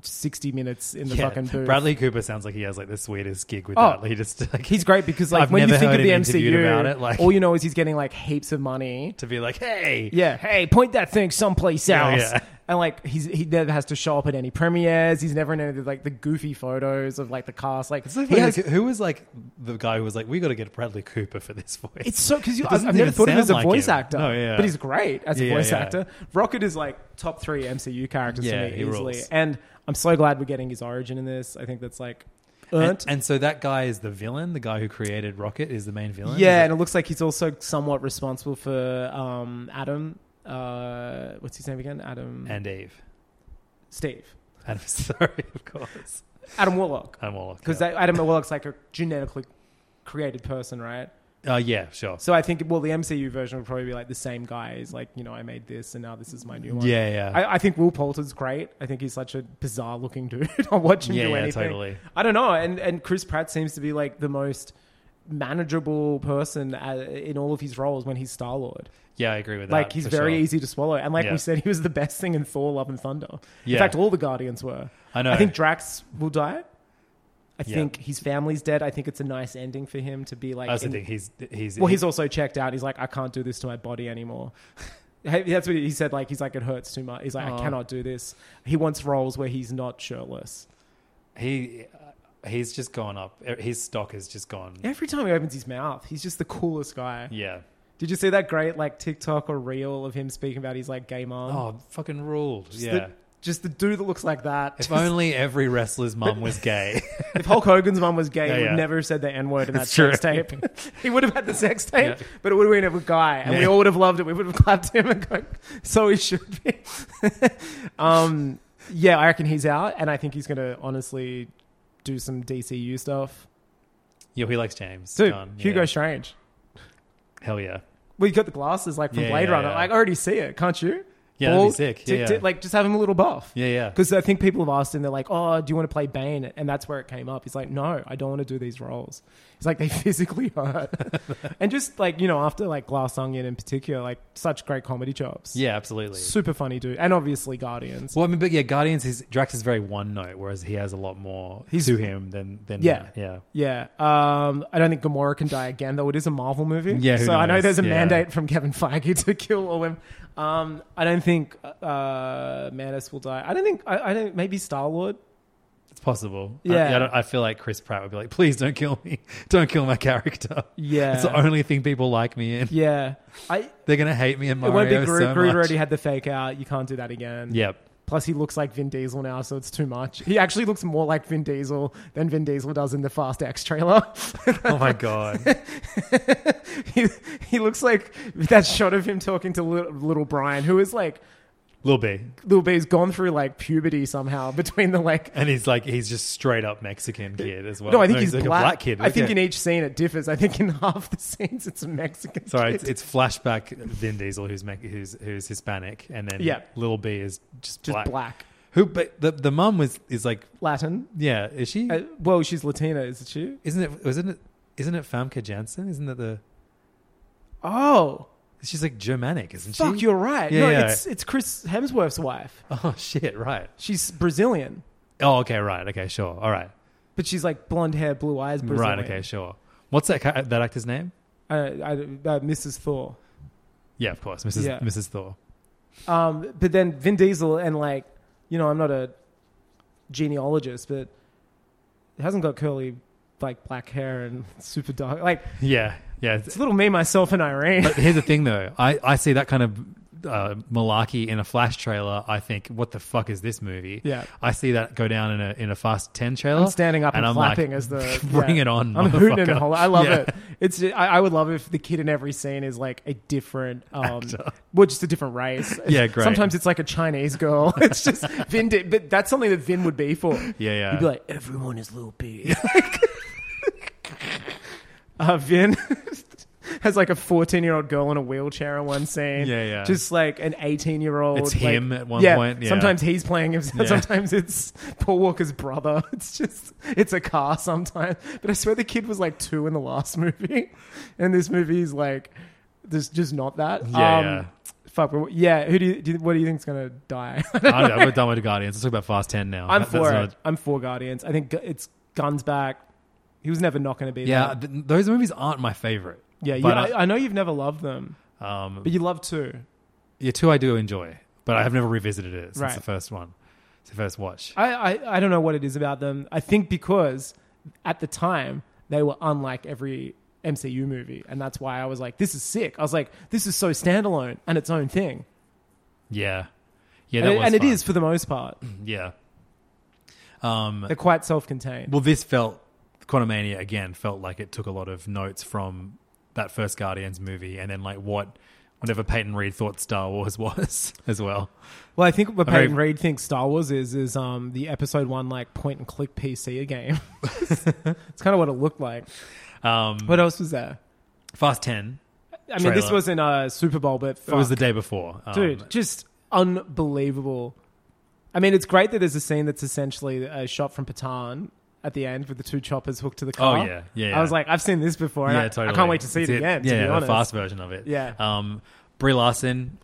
S5: sixty minutes in the
S4: Yeah,
S5: fucking booth.
S4: Bradley Cooper sounds like he has like the sweetest gig with
S5: Oh.
S4: that. He [LAUGHS] just like
S5: He's great because like
S4: I've
S5: when you
S4: never
S5: think of
S4: heard
S5: the
S4: him interviewed
S5: MCU,
S4: about it, like-
S5: all you know is he's getting like heaps of money.
S4: [LAUGHS] to be like, hey,
S5: Yeah, hey, point that thing someplace
S4: Yeah,
S5: else.
S4: yeah.
S5: And like he's he never has to show up at any premieres. He's never in any of the, like the goofy photos of like the cast. Like,
S4: It's so
S5: he
S4: funny,
S5: has-
S4: like, who was like the guy who was like, we got to get Bradley Cooper for this voice?
S5: It's so because
S4: It
S5: I've
S4: doesn't
S5: I've never
S4: even
S5: thought of him as a
S4: sound like
S5: voice
S4: him.
S5: actor.
S4: No, yeah.
S5: but he's great as a
S4: Yeah,
S5: voice
S4: yeah.
S5: actor. Rocket is like top three MCU characters
S4: Yeah,
S5: to me
S4: he
S5: easily,
S4: rules.
S5: and I'm so glad we're getting his origin in this. I think that's like
S4: and,
S5: earned.
S4: and so that guy is the villain. The guy who created Rocket is the main villain.
S5: yeah,
S4: Is
S5: and it looks like he's also somewhat responsible for um, Adam. Uh, what's his name again? Adam
S4: it- and Eve.
S5: Steve.
S4: And I'm [LAUGHS] sorry, of course.
S5: Adam Warlock.
S4: I'm all
S5: Because Adam Warlock's like a genetically created person, right?
S4: Oh yeah, sure.
S5: So I think well, the MCU version will probably be like the same guy is like you know I made this and now this is my new one.
S4: Yeah, yeah.
S5: I, I think Will Poulter's great. I think he's such a bizarre looking dude. [LAUGHS] I watch him
S4: Yeah,
S5: do
S4: yeah,
S5: anything.
S4: totally.
S5: I don't know. And and Chris Pratt seems to be like the most manageable person uh in all of his roles when he's Star Lord.
S4: yeah, I agree with that.
S5: Like he's
S4: for
S5: very
S4: sure.
S5: easy to swallow. And like
S4: Yeah.
S5: we said, he was the best thing in Thor: Love and Thunder.
S4: Yeah.
S5: In fact, all the Guardians were.
S4: I know.
S5: I think Drax will die. I
S4: Yeah.
S5: think his family's dead. I think it's a nice ending for him to be like.
S4: I also
S5: in-
S4: think he's he's
S5: well, he's also checked out. He's like, I can't do this to my body anymore. [LAUGHS] Hey, That's what he said. Like, he's like, it hurts too much. He's like,
S4: Aw.
S5: I cannot do this. He wants roles where he's not shirtless.
S4: he uh, he's just gone up. E, His stock has just gone.
S5: Every time he opens his mouth, he's just the coolest guy.
S4: Mm. Yeah.
S5: Did you see that great like TikTok or reel of him speaking about his like gay mom?
S4: Oh, fucking ruled.
S5: just
S4: yeah.
S5: The, just the dude that looks like that.
S4: if
S5: Just-
S4: only every wrestler's mum was gay. [LAUGHS]
S5: if Hulk Hogan's mom was gay,
S4: Yeah,
S5: he would
S4: yeah.
S5: never have said the N word in that
S4: It's true.
S5: sex tape.
S4: [LAUGHS]
S5: he would have had the sex tape,
S4: Yeah.
S5: but it would have been a guy, and we
S4: Yeah.
S5: all would have loved it. We would have clapped him and go, "So he should be." [LAUGHS] um, yeah, I reckon he's out, and I think he's going to honestly do some DCU stuff.
S4: yeah, he likes James.
S5: Dude,
S4: Gunn,
S5: Hugo
S4: yeah.
S5: Strange.
S4: Hell yeah.
S5: Well, you got the glasses like from
S4: Yeah,
S5: Blade
S4: yeah,
S5: Runner.
S4: yeah.
S5: Like, I already see it, can't you?
S4: Yeah, that'd be
S5: Bald,
S4: sick. Yeah,
S5: tick,
S4: yeah.
S5: tick, like, just have him a little buff.
S4: Yeah, yeah.
S5: Because I think people have asked him, they're like, oh, do you want to play Bane? And that's where it came up. He's like, no, I don't want to do these roles. He's like, they [LAUGHS] physically hurt. [LAUGHS] and just like, you know, after like Glass Onion in particular, like such great comedy chops.
S4: Yeah, absolutely.
S5: Super funny dude. And obviously Guardians.
S4: Well, I mean, but yeah, Guardians is Drax is very one note, whereas he has a lot more to him than than
S5: Yeah.
S4: yeah.
S5: Yeah. Um, I don't think Gamora can die again, though it is a Marvel movie.
S4: Yeah, who
S5: So I know
S4: knows?
S5: there's a
S4: Yeah.
S5: mandate from Kevin Feige [LAUGHS] to kill all them. Um, I don't think uh, Mantis will die. I don't think, I, I don't, maybe Star Lord.
S4: It's possible. I-
S5: Yeah.
S4: I, don't, I feel like Chris Pratt would be like, please don't kill me, [LAUGHS] don't kill my character.
S5: Yeah.
S4: it's the only thing people like me in.
S5: Yeah. I,
S4: They're gonna hate me in
S5: it
S4: Mario
S5: won't be Groot.
S4: so
S5: Groot
S4: much.
S5: already had the fake out. You can't do that again.
S4: Yep.
S5: Plus, he looks like Vin Diesel now, so it's too much. He actually looks more like Vin Diesel than Vin Diesel does in the Fast X trailer.
S4: [LAUGHS] Oh my god.
S5: [LAUGHS] he, he looks like that shot of him talking to little, little Brian, who is like
S4: Lil B,
S5: Little B's gone through like puberty somehow between the like.
S4: and he's like, he's just straight up Mexican kid as well.
S5: no, I think he's,
S4: like
S5: black.
S4: a black kid.
S5: I think
S4: Okay.
S5: in each scene it differs. I think in [LAUGHS] half the scenes it's a Mexican.
S4: Sorry, it's,
S5: kid.
S4: it's flashback Vin Diesel who's Mex- who's who's Hispanic, and then
S5: Yeah.
S4: Lil B is just
S5: just
S4: black.
S5: black.
S4: Who? But the the mum was is like,
S5: Latin.
S4: yeah, is she?
S5: Uh, well, she's Latina, isn't she?
S4: isn't it? Wasn't it? Isn't it Famke Janssen? Isn't it the?
S5: Oh,
S4: She's like Germanic, isn't she?
S5: fuck! You're right.
S4: Yeah,
S5: no,
S4: yeah.
S5: it's it's Chris Hemsworth's wife.
S4: [LAUGHS] Oh shit! Right.
S5: She's Brazilian,
S4: Oh, okay. Right. Okay. Sure. All right.
S5: but she's like blonde hair, blue eyes. Brazilian.
S4: Right. Okay. Sure. What's that ca- that actor's name?
S5: Uh, I, uh, Mrs. Thor.
S4: Yeah, of course, Mrs.
S5: Yeah.
S4: Mrs. Thor.
S5: Um, but then Vin Diesel and like, you know, I'm not a genealogist, but it hasn't got curly, like black hair and [LAUGHS] super dark. Like
S4: Yeah. Yeah.
S5: it's a little me, myself, and Irene.
S4: But here's the thing, though. I, I see that kind of uh, malarkey in a flash trailer. I think, what the fuck is this movie?
S5: Yeah.
S4: I see that go down in a in a Fast Ten trailer.
S5: I'm standing up and,
S4: like,
S5: clapping as the
S4: [LAUGHS] bring
S5: yeah.
S4: it on.
S5: I'm hooting and
S4: motherfucker.
S5: hollering. I love
S4: Yeah.
S5: it. It's I, I would love if the kid in every scene is like a different, um,
S4: Actor.
S5: well, just a different race.
S4: Yeah, great.
S5: Sometimes it's like a Chinese girl. [LAUGHS] It's just Vin, did, but that's something that Vin would be for.
S4: Yeah, yeah.
S5: You'd be like, everyone is Lil B. [LAUGHS] uh, Vin [LAUGHS] has like a 14 year old girl in a wheelchair in one scene.
S4: Yeah, yeah.
S5: Just like an 18 year old.
S4: It's
S5: like-
S4: him at one
S5: yeah,
S4: point, yeah.
S5: Sometimes he's playing [LAUGHS] himself.
S4: Yeah.
S5: Sometimes it's Paul Walker's brother. [LAUGHS] It's just, it's a car sometimes. But I swear the kid was like two [LAUGHS] in the last movie. And this movie is like, there's just not that. Um,
S4: Yeah, yeah.
S5: Fuck. but wh- Yeah. Who do you, do you- what do you think's gonna die? [LAUGHS]
S4: [LAUGHS] I don't know, we're done with the Guardians. Let's talk about Fast Ten now.
S5: I'm
S4: That- that's
S5: for
S4: not-
S5: it. I'm for Guardians. I think gu- it's guns back. He was never not gonna be.
S4: yeah,
S5: there.
S4: th- those movies aren't my favorite.
S5: Yeah. You,
S4: but
S5: I, I know you've never loved them,
S4: I, um,
S5: but you love two.
S4: yeah, two I do enjoy, but I have never revisited it since
S5: Right.
S4: the first one, it's the first watch.
S5: I, I I don't know what it is about them. I think because at the time they were unlike every MCU movie, and that's why I was like, this is sick. I was like, this is so standalone and its own thing.
S4: yeah, yeah,
S5: And,
S4: that
S5: it-
S4: was
S5: and it
S4: fun. Mm-hmm.
S5: is for the most part.
S4: Yeah. Um,
S5: They're quite self-contained.
S4: well, this felt Quantumania again felt like it took a lot of notes from that first Guardians movie, and then like what whatever Peyton Reed thought Star Wars [LAUGHS] was as well.
S5: Well, I think what
S4: I mean-
S5: Peyton Reed thinks Star Wars is is um, the episode one like point and click PC game. [LAUGHS] it's kind of what it looked like.
S4: Um,
S5: What else was there?
S4: Fast Ten,
S5: I mean, this
S4: Trailer.
S5: wasn't a Super Bowl, but
S4: it was the
S5: fuck.
S4: day before. Um,
S5: dude, just unbelievable. I mean, it's great that there's a scene that's essentially a shot from Patan at the end with the two choppers hooked to the car.
S4: Oh, yeah. Yeah, yeah.
S5: I was like, I've seen this before. And
S4: yeah,
S5: I,
S4: totally.
S5: I can't wait to see it,
S4: It's
S5: again.
S4: Yeah,
S5: to be
S4: the
S5: honest.
S4: fast version of it.
S5: Yeah.
S4: Um, Brie Larson.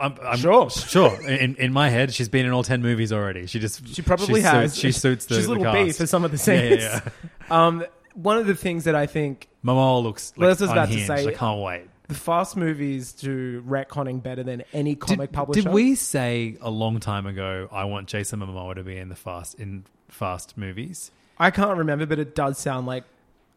S4: I'm, I'm
S5: Sure.
S4: sure. In in my head, she's been in all ten movies already. She just
S5: She probably has.
S4: Suits, she suits the
S5: She's a
S4: the
S5: little
S4: cast.
S5: beef for some of the
S4: Yeah,
S5: scenes.
S4: yeah, yeah.
S5: [LAUGHS] um, one of the things that I think
S4: [LAUGHS] Momoa looks like
S5: Well, that's what I was about to
S4: unhinged.
S5: say.
S4: I can't wait.
S5: the fast movies do retconning better than any comic
S4: did,
S5: publisher.
S4: Did we say a long time ago? I want Jason Momoa to be in the fast in fast movies.
S5: I can't remember, but it does sound like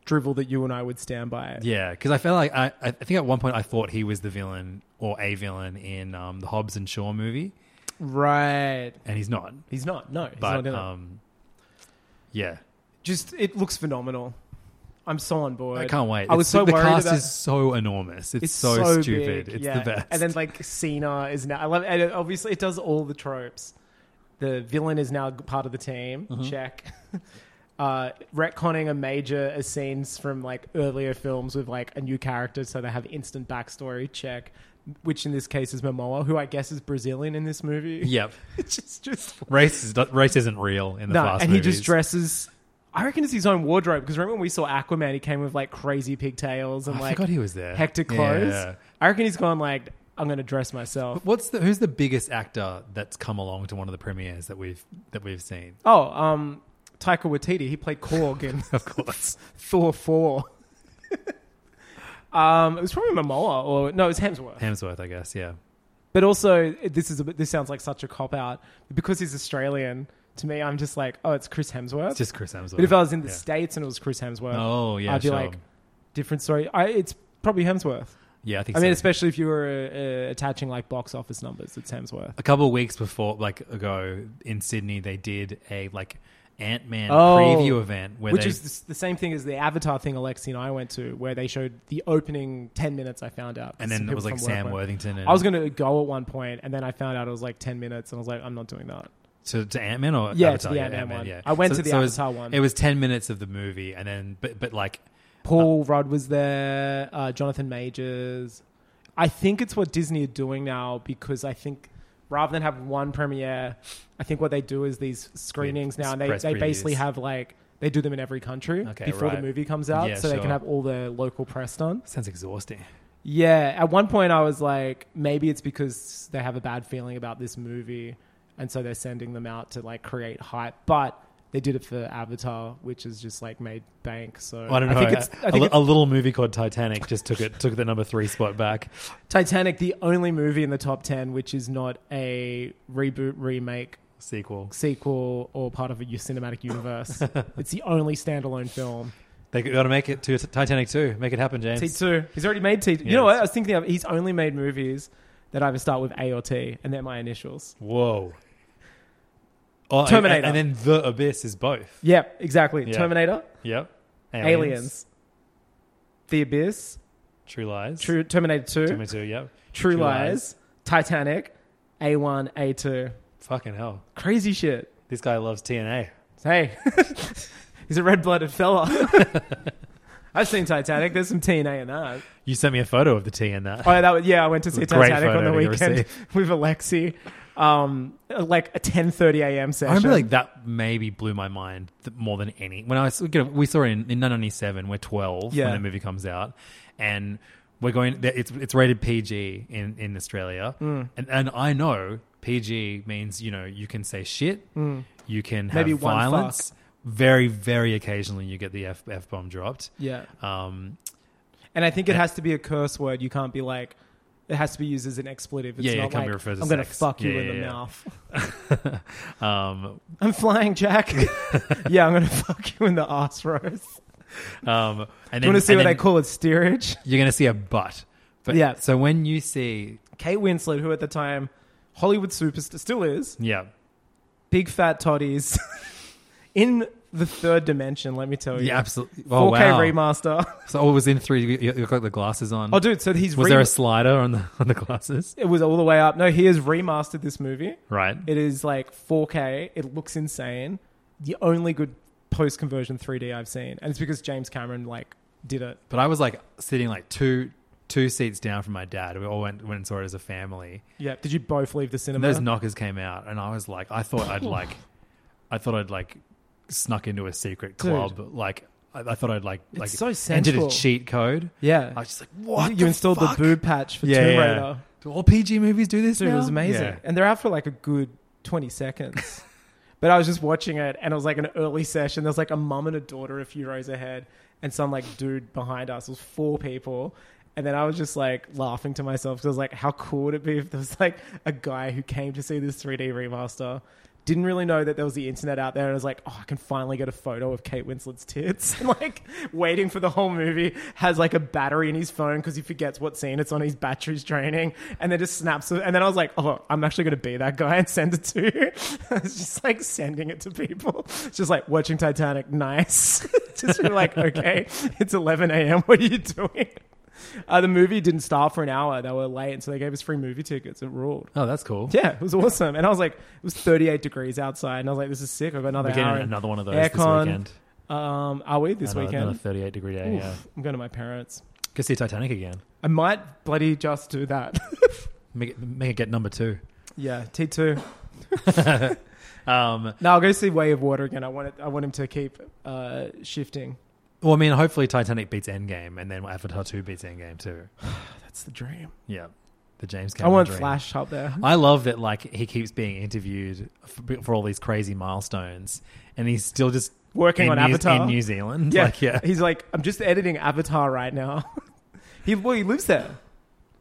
S5: drivel that you and I would stand by. It.
S4: Yeah, because I felt like I, I think at one point I thought he was the villain or a villain in um, the Hobbs and Shaw movie,
S5: Right.
S4: and he's not.
S5: He's not. No, he's not
S4: But
S5: in it.
S4: um, yeah,
S5: Just it looks phenomenal. I'm so on board.
S4: I can't wait.
S5: I was
S4: It's-
S5: so
S4: the
S5: worried
S4: cast
S5: about-
S4: is so enormous. It's,
S5: It's
S4: so,
S5: so
S4: stupid.
S5: big,
S4: It's
S5: yeah.
S4: the best.
S5: And then like Cena is now. I love. And it- obviously, it does all the tropes. The villain is now part of the team.
S4: Mm-hmm.
S5: Check. [LAUGHS] Uh, retconning a major a scenes from like earlier films with like a new character, so they have instant backstory. Check. Which in this case is Momoa, who I guess is Brazilian in this movie.
S4: [LAUGHS]
S5: [LAUGHS]
S4: yep,
S5: it's just just
S4: race is race isn't real in the
S5: no,
S4: fast
S5: and
S4: movies.
S5: he just dresses. I reckon it's his own wardrobe because remember when we saw Aquaman, he came with like crazy pigtails and
S4: I
S5: like
S4: forgot he was there.
S5: hectic clothes.
S4: Yeah.
S5: I reckon he's gone like I'm going to dress myself.
S4: What's the who's the biggest actor that's come along to one of the premieres that we've that we've seen?
S5: Oh, um, Taika Waititi, he played Korg in
S4: [LAUGHS] Of course,
S5: [LAUGHS] Thor Four. [LAUGHS] um, it was probably Momoa or no, it was Hemsworth.
S4: Hemsworth, I guess. Yeah,
S5: But also, it- this is a bit, this sounds like such a cop out because he's Australian. To me, I'm just like, oh, it's Chris Hemsworth.
S4: it's just Chris Hemsworth.
S5: but if I was in the
S4: Yeah.
S5: states and it was Chris Hemsworth,
S4: Oh, yeah,
S5: I'd be
S4: sure.
S5: like, different story. I, it's probably Hemsworth.
S4: yeah, I think.
S5: I mean,
S4: so.
S5: especially if you were uh, uh, attaching like box office numbers, it's Hemsworth.
S4: a couple of weeks before, like ago in Sydney, they did a like Ant Man
S5: Oh.
S4: preview event where
S5: Which
S4: they,
S5: is the, s- the same thing as the Avatar thing Alexi and I went to, where they showed the opening 10 minutes I found out.
S4: and
S5: Some
S4: then it
S5: people
S4: was like
S5: from work
S4: Sam
S5: went.
S4: Worthington. And
S5: I was going to go at one point, and then I found out it was like 10 minutes, and I was like, I'm not doing that.
S4: to, to Ant Man or
S5: Yeah, to
S4: Avatar?
S5: the Ant-Man one. I went to the
S4: it was-
S5: Avatar one.
S4: It was ten minutes of the movie, and then but but like
S5: Paul Rudd was there, uh, Jonathan Majors. I think it's what Disney are doing now because I think rather than have one premiere, I think what they do is these screenings now, and they,
S4: press
S5: they basically
S4: previews.
S5: have like they do them in every country
S4: Okay,
S5: before the
S4: right.
S5: movie comes out,
S4: Yeah,
S5: so they can
S4: sure.
S5: have all their local press done.
S4: sounds exhausting.
S5: Yeah, at one point I was like, maybe it's because they have a bad feeling about this movie, and so they're sending them out to like create hype, but. They did it for Avatar, which is just like made bank. So
S4: I don't know.
S5: think it's
S4: a-
S5: I
S4: a
S5: think
S4: li-
S5: it's-
S4: a little movie called Titanic just took it took the number three spot back.
S5: Titanic, the only movie in the top 10 which is not a reboot, remake,
S4: Sequel.
S5: sequel, or part of a u-
S4: [LAUGHS]
S5: cinematic universe. it's the only standalone film.
S4: They got to make it to Titanic two. Make it happen, James.
S5: T2. He's already made T2. You
S4: Yeah,
S5: know what? I
S4: it's-
S5: was thinking of, he's only made movies that either start with A or T, and they're my initials.
S4: Whoa. Oh, and-
S5: Terminator.
S4: and, then the abyss is both.
S5: Yep, exactly.
S4: Yeah.
S5: Terminator,
S4: Yep.
S5: Aliens. The Abyss,
S4: True lies.
S5: True, Terminator 2,
S4: Terminator two. Yep.
S5: True,
S4: True
S5: Lies, Titanic, A1, A2.
S4: Fucking hell.
S5: Crazy shit.
S4: This guy loves TNA.
S5: Hey, [LAUGHS] he's a red blooded
S4: [LAUGHS]
S5: fella. I've seen Titanic. There's some TNA in that.
S4: You sent me a photo of the T in that.
S5: Oh, that was, yeah. I went to see
S4: It's a great
S5: Titanic on
S4: photo
S5: the
S4: to
S5: weekend [LAUGHS] with Alexi, um, like a 10:30 a.m.
S4: I
S5: session.
S4: remember like that maybe blew my mind th- more than any. When I was, you know, we saw it in, in 1997, we're 12
S5: Yeah.
S4: when the movie comes out, and We're going. th- It's it's rated PG in in Australia,
S5: Mm.
S4: and and I know PG means you know you can say shit, you can have
S5: Mm. Maybe one
S4: violence. Very very occasionally you get the f f bomb dropped.
S5: Yeah.
S4: Um, [LAUGHS]
S5: And I think it has to be a curse word. You can't be like, it has to be used as an expletive. It's
S4: Yeah, yeah,
S5: not
S4: it can't
S5: like,
S4: be referred to
S5: I'm gonna
S4: sex.
S5: fuck you
S4: Yeah,
S5: in
S4: yeah,
S5: the
S4: yeah.
S5: mouth. [LAUGHS]
S4: um,
S5: I'm
S4: [LAUGHS]
S5: flying, Jack. [LAUGHS] yeah, I'm going to fuck you in the ass, Rose.
S4: um, and
S5: you want to see
S4: and
S5: what I
S4: then
S5: call it? Steerage?
S4: You're gonna see a butt. But
S5: Yeah.
S4: yeah. So when you see,
S5: Kate Winslet, who at the time, Hollywood superstar, still is,
S4: yeah,
S5: big fat toddies [LAUGHS] in the third dimension, let me tell you.
S4: yeah, absolutely. Oh
S5: 4K
S4: wow.
S5: remaster. [LAUGHS]
S4: So it was in three. You, you got the glasses on.
S5: Oh, dude, so he's
S4: was
S5: re-
S4: there a slider on the on the glasses?
S5: it was all the way up. No, he has remastered this movie.
S4: Right.
S5: It is like 4K. It looks insane. The only good post conversion 3D I've seen, and it's because James Cameron like did it.
S4: But I was like sitting like two two seats down from my dad. We all went went and saw it as a family.
S5: Yeah. Did you both leave the
S4: And
S5: cinema?
S4: those knockers came out, and I was like, I thought
S5: Oh.
S4: I'd like, I thought I'd like snuck into a secret club. Like I, I thought I'd like like
S5: so
S4: entered
S5: sensual.
S4: a cheat code.
S5: Yeah.
S4: I was just like, what?
S5: You
S4: the
S5: installed
S4: fuck?
S5: the boob patch for
S4: Yeah,
S5: Tomb
S4: yeah.
S5: Raider.
S4: Do all PG movies do this?
S5: Dude, it
S4: now?
S5: was amazing,
S4: Yeah.
S5: and they're out for like a good twenty seconds. but I was just watching it, and it was like an early session. There's like a mum and a daughter a few rows ahead, and some like dude behind us. It was four people. And then I was just like laughing to myself because I was like, how cool would it be if there was like a guy who came to see this 3D remaster, didn't really know that there was the internet out there, and was like, oh, I can finally get a photo of Kate Winslet's tits. And [LAUGHS] like waiting for the whole movie, has like a battery in his phone because he forgets what scene it's on, his battery's draining, and then just snaps it. And then I was like, oh, I'm actually going to be that guy and [LAUGHS] send it to you. it's just like sending it to people. [LAUGHS] It's just like watching Titanic, nice. [LAUGHS] just be like, okay, it's 11 a.m., what are you doing? Uh, the movie didn't start for an hour. They were late, and so they gave us free movie tickets. It ruled.
S4: Oh, that's cool.
S5: Yeah, it was awesome. And I was like, it was 38 degrees outside, and I was like, this is sick. I've got another
S4: We're getting
S5: hour.
S4: another one of those this
S5: Aircon.
S4: weekend.
S5: Um, are we this
S4: Another- Another
S5: weekend?
S4: 38 degree day. Yeah.
S5: Oof, I'm going to my parents.
S4: Go see Titanic again.
S5: I might bloody just do that. [LAUGHS]
S4: Make it, make it get number two.
S5: yeah, T2.
S4: Um,
S5: No, I'll go see Way of Water again. I want it, I want him to keep uh, shifting.
S4: well, I mean, hopefully Titanic beats Endgame, and then Avatar two beats Endgame too.
S5: That's the dream.
S4: Yeah, the James
S5: I
S4: Cameron.
S5: want
S4: dream.
S5: Flash up there.
S4: I love that. Like he keeps being interviewed for, for all these crazy milestones, and he's still just
S5: Working
S4: in
S5: on
S4: New-
S5: Avatar.
S4: in New Zealand.
S5: [LAUGHS] Yeah.
S4: Like, yeah,
S5: He's like, I'm just editing Avatar right now. [LAUGHS] he, well, he lives there.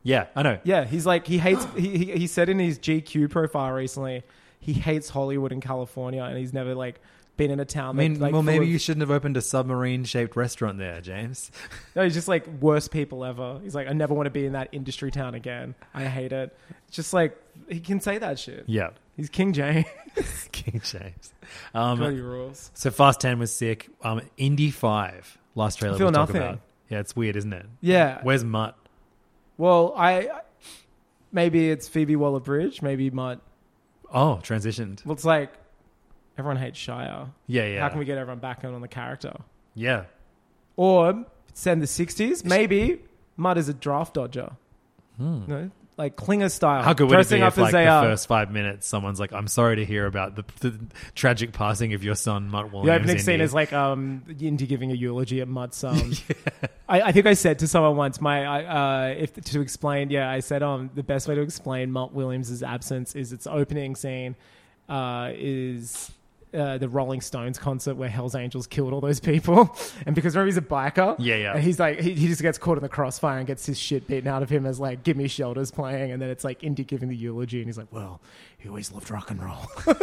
S4: yeah. I know.
S5: Yeah, he's like he
S4: [GASPS]
S5: hates. he, he he said in his GQ profile recently, he hates Hollywood and California, and he's never like been in a town.
S4: I mean,
S5: that, like,
S4: well,
S5: full
S4: maybe
S5: of-
S4: you shouldn't have opened a submarine-shaped restaurant there, James. [LAUGHS]
S5: No, he's just like worst people ever. He's like, I never want to be in that industry town again. I hate it. Just like he can say that shit.
S4: Yeah,
S5: He's King James.
S4: [LAUGHS] King James.
S5: Bloody
S4: Um,
S5: rules.
S4: so Fast Ten was sick. Um, Indy Five, last trailer.
S5: I feel
S4: we'll talk
S5: nothing.
S4: about. Yeah, it's weird, isn't it?
S5: Yeah.
S4: Where's Mutt?
S5: Well, I maybe it's Phoebe Waller Bridge. Maybe Mutt.
S4: Oh, transitioned.
S5: Well, it's like everyone hates Shire.
S4: Yeah, yeah.
S5: How can we get everyone back on on the character?
S4: Yeah.
S5: Or send the 60s. Maybe Mudd is a draft dodger. No? Like Klinger style.
S4: Hmm. How good would it
S5: dressing
S4: be
S5: up
S4: if, like,
S5: as uh, they
S4: the
S5: are.
S4: first five minutes, someone's like, "I'm sorry to hear about the, the tragic passing of your son, Mutt Williams."
S5: the opening scene
S4: Indy."
S5: is like um, Indy giving a eulogy at Mudd's son.
S4: [LAUGHS]
S5: I, I think I said to someone once, my I, uh, if to explain, yeah, I said um, the best way to explain Mutt Williams' absence is its opening scene uh, is uh, the Rolling Stones concert where Hell's Angels killed all those people, [LAUGHS] and because remember he's a biker,
S4: Yeah, yeah.
S5: and he's like he, he just gets caught in the crossfire and gets his shit beaten out of him as like "Give Me Shelters" playing, and then it's like Indy giving the eulogy, and he's like, "Well, he always loved rock and roll." [LAUGHS]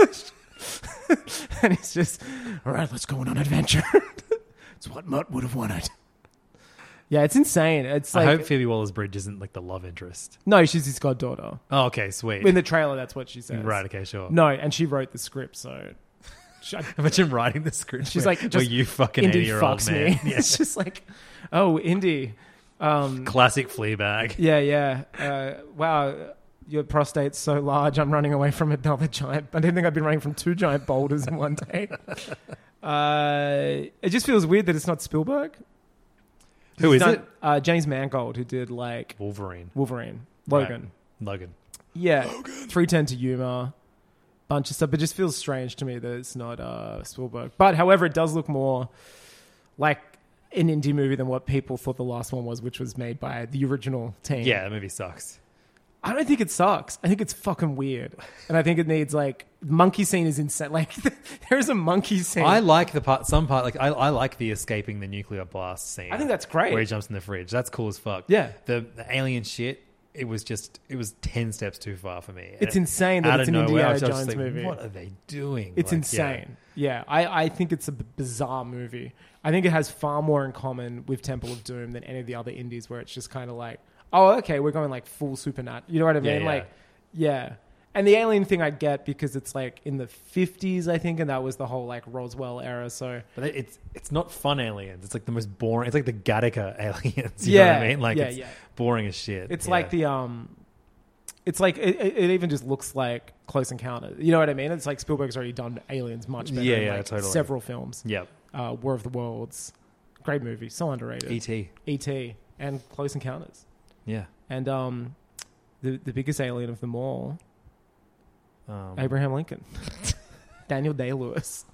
S5: and it's just, all right, let's go on an adventure. [LAUGHS] it's what Mutt would have wanted. Yeah, it's insane. It's
S4: I
S5: like
S4: hope Phoebe Waller-Bridge isn't like the love interest.
S5: no, she's his goddaughter.
S4: Oh, okay, sweet.
S5: In the trailer, that's what she says.
S4: right, okay, sure.
S5: No, and she wrote the script, so she-
S4: [LAUGHS] Imagine [LAUGHS] writing the script.
S5: she's
S4: where-
S5: like,
S4: where
S5: just
S4: you fucking
S5: Indy
S4: eighty-year-old
S5: fucks
S4: man."
S5: me.
S4: Yeah.
S5: [LAUGHS] it's just like, oh, Indy. Um,
S4: Classic Fleabag.
S5: [LAUGHS] yeah, yeah. Uh, wow, your prostate's so large. I'm running away from another giant. I didn't think I'd been running from two giant boulders in
S4: [LAUGHS]
S5: one day. Uh, it just feels weird that it's not Spielberg.
S4: Who
S5: He's
S4: is
S5: done-
S4: it?
S5: Uh, James Mangold, who did like
S4: Wolverine.
S5: Wolverine, Logan.
S4: Right. Logan.
S5: Yeah, 310 to Yuma, bunch of stuff. It just feels strange to me that it's not uh, Spielberg. But however, it does look more like an indie movie than what people thought the last one was, which was made by the original team.
S4: Yeah, the movie sucks.
S5: I don't think it sucks. I think it's fucking weird, and I think it needs like monkey scene is insane. [LAUGHS] Like there is a monkey scene.
S4: I like the part, some part, like I, I like the escaping the nuclear blast scene.
S5: I think that's great.
S4: Where he jumps in the fridge. That's cool as fuck.
S5: Yeah.
S4: The, the alien shit, it was just, it was 10 steps too far for me.
S5: It's
S4: And
S5: insane that
S4: out
S5: it's
S4: of
S5: an
S4: nowhere, I
S5: Indiana
S4: was just
S5: Jones
S4: like,
S5: movie.
S4: What are they doing?
S5: It's
S4: Like, yeah.
S5: insane. Yeah, I, I think it's a b- bizarre movie. I think it has far more in common with Temple of Doom than any of the other indies where it's just kind of like, oh, okay, we're going like full supernat. You know what I
S4: Yeah,
S5: mean?
S4: yeah.
S5: Like, yeah. And the alien thing I get because it's like in the 50s, I think, and that was the whole like Roswell era. So,
S4: But it- it's it's not fun aliens. It's like the most boring. It's like the Gattaca [LAUGHS] aliens. You know what
S5: Yeah,
S4: I mean? Like
S5: yeah,
S4: it's
S5: yeah.
S4: boring as shit.
S5: It's
S4: Yeah.
S5: like the um, it's like it, it it even just looks like Close Encounter. You know what I mean? It's like Spielberg's already done Aliens much better.
S4: Yeah,
S5: in,
S4: yeah,
S5: like,
S4: totally.
S5: Several films.
S4: Yep.
S5: Uh, War of the Worlds, great movie, so underrated.
S4: E.T.
S5: E.T. E and Close Encounters,
S4: E Yeah.
S5: and um, the the biggest alien of them all,
S4: Um,
S5: Abraham Lincoln, [LAUGHS] Daniel
S4: [LAUGHS]
S5: Day Lewis.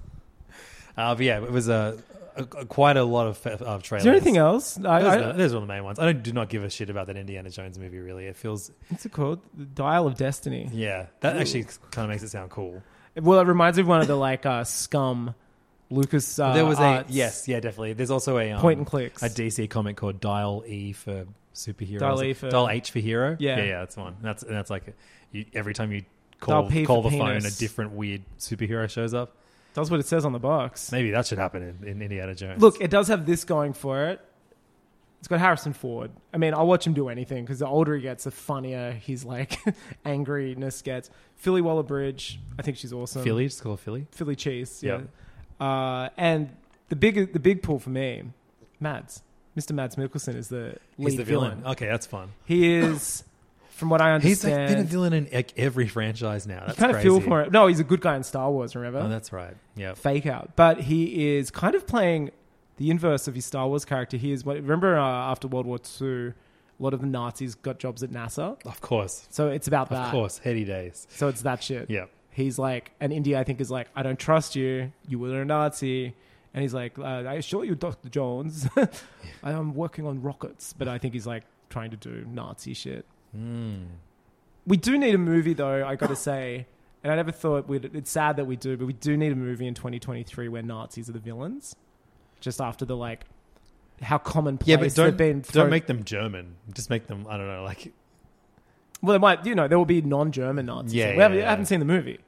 S4: uh, but yeah, it was a, a, a- quite a lot of fa- of trailers.
S5: Is there anything else? I,
S4: Those,
S5: I-
S4: are the- those are the main ones. I don't, do not give a shit about that Indiana Jones movie. Really, it feels
S5: what's it called? The Dial of Destiny.
S4: yeah. That actually kind of makes it sound cool.
S5: Well, it reminds me of one of the like uh, scum. Lucas. Uh,
S4: there was
S5: Arts.
S4: a yes, yeah, definitely. There's also a um,
S5: Point and clicks.
S4: a DC comic called Dial E for superhero,
S5: Dial E for-
S4: Dial H for hero.
S5: Yeah.
S4: yeah, yeah that's the one. And That's and that's like you, every time you call
S5: Dial P
S4: call
S5: for
S4: the phone,
S5: penis.
S4: a different weird superhero shows up.
S5: That's what it says on the box.
S4: Maybe that should happen in, in Indiana Jones.
S5: Look, it does have this going for it. It's got Harrison Ford. I mean, I'll watch him do anything because the older he gets, the funnier his like [LAUGHS] angriness gets. Philly Waller Bridge, I think she's awesome.
S4: Philly, just call it Philly.
S5: Philly Cheese, yeah.
S4: Yep.
S5: Uh, and the big the big pull for me, Mads, Mr. Mads Mikkelsen is the lead
S4: He's the villain. Okay, that's fun.
S5: He is, from what I
S4: He's
S5: understand,
S4: like, been a villain in like, every franchise now. That's
S5: kind
S4: crazy.
S5: of feel for it. No, he's a good guy in Star Wars. Remember?
S4: Oh, that's right. Yeah.
S5: fake out. But he is kind of playing the inverse of his Star Wars character. He is what remember uh, after World War II, a lot of the Nazis got jobs at NASA.
S4: Of course.
S5: So it's about
S4: Of
S5: that.
S4: course. Heady days.
S5: So it's that shit.
S4: Yeah.
S5: He's like, and India, I think, is like, I don't trust you. You were a Nazi. And he's like, uh, I assure you, Dr. Jones, [LAUGHS] I am working on rockets. But I think he's like trying to do Nazi shit.
S4: Hmm.
S5: We do need a movie, though, I gotta say. And I never thought we'd, it's sad that we do, but we do need a movie in 2023 where Nazis are the villains. Just after the like, how commonplace
S4: Yeah, but
S5: they've
S4: don't
S5: been.
S4: don't
S5: thrown-
S4: make them German. Just make them. I don't know. Like
S5: Well, there might, you know, there will be non-German Nazis.
S4: Yeah,
S5: we
S4: yeah,
S5: haven't,
S4: yeah.
S5: haven't seen the movie.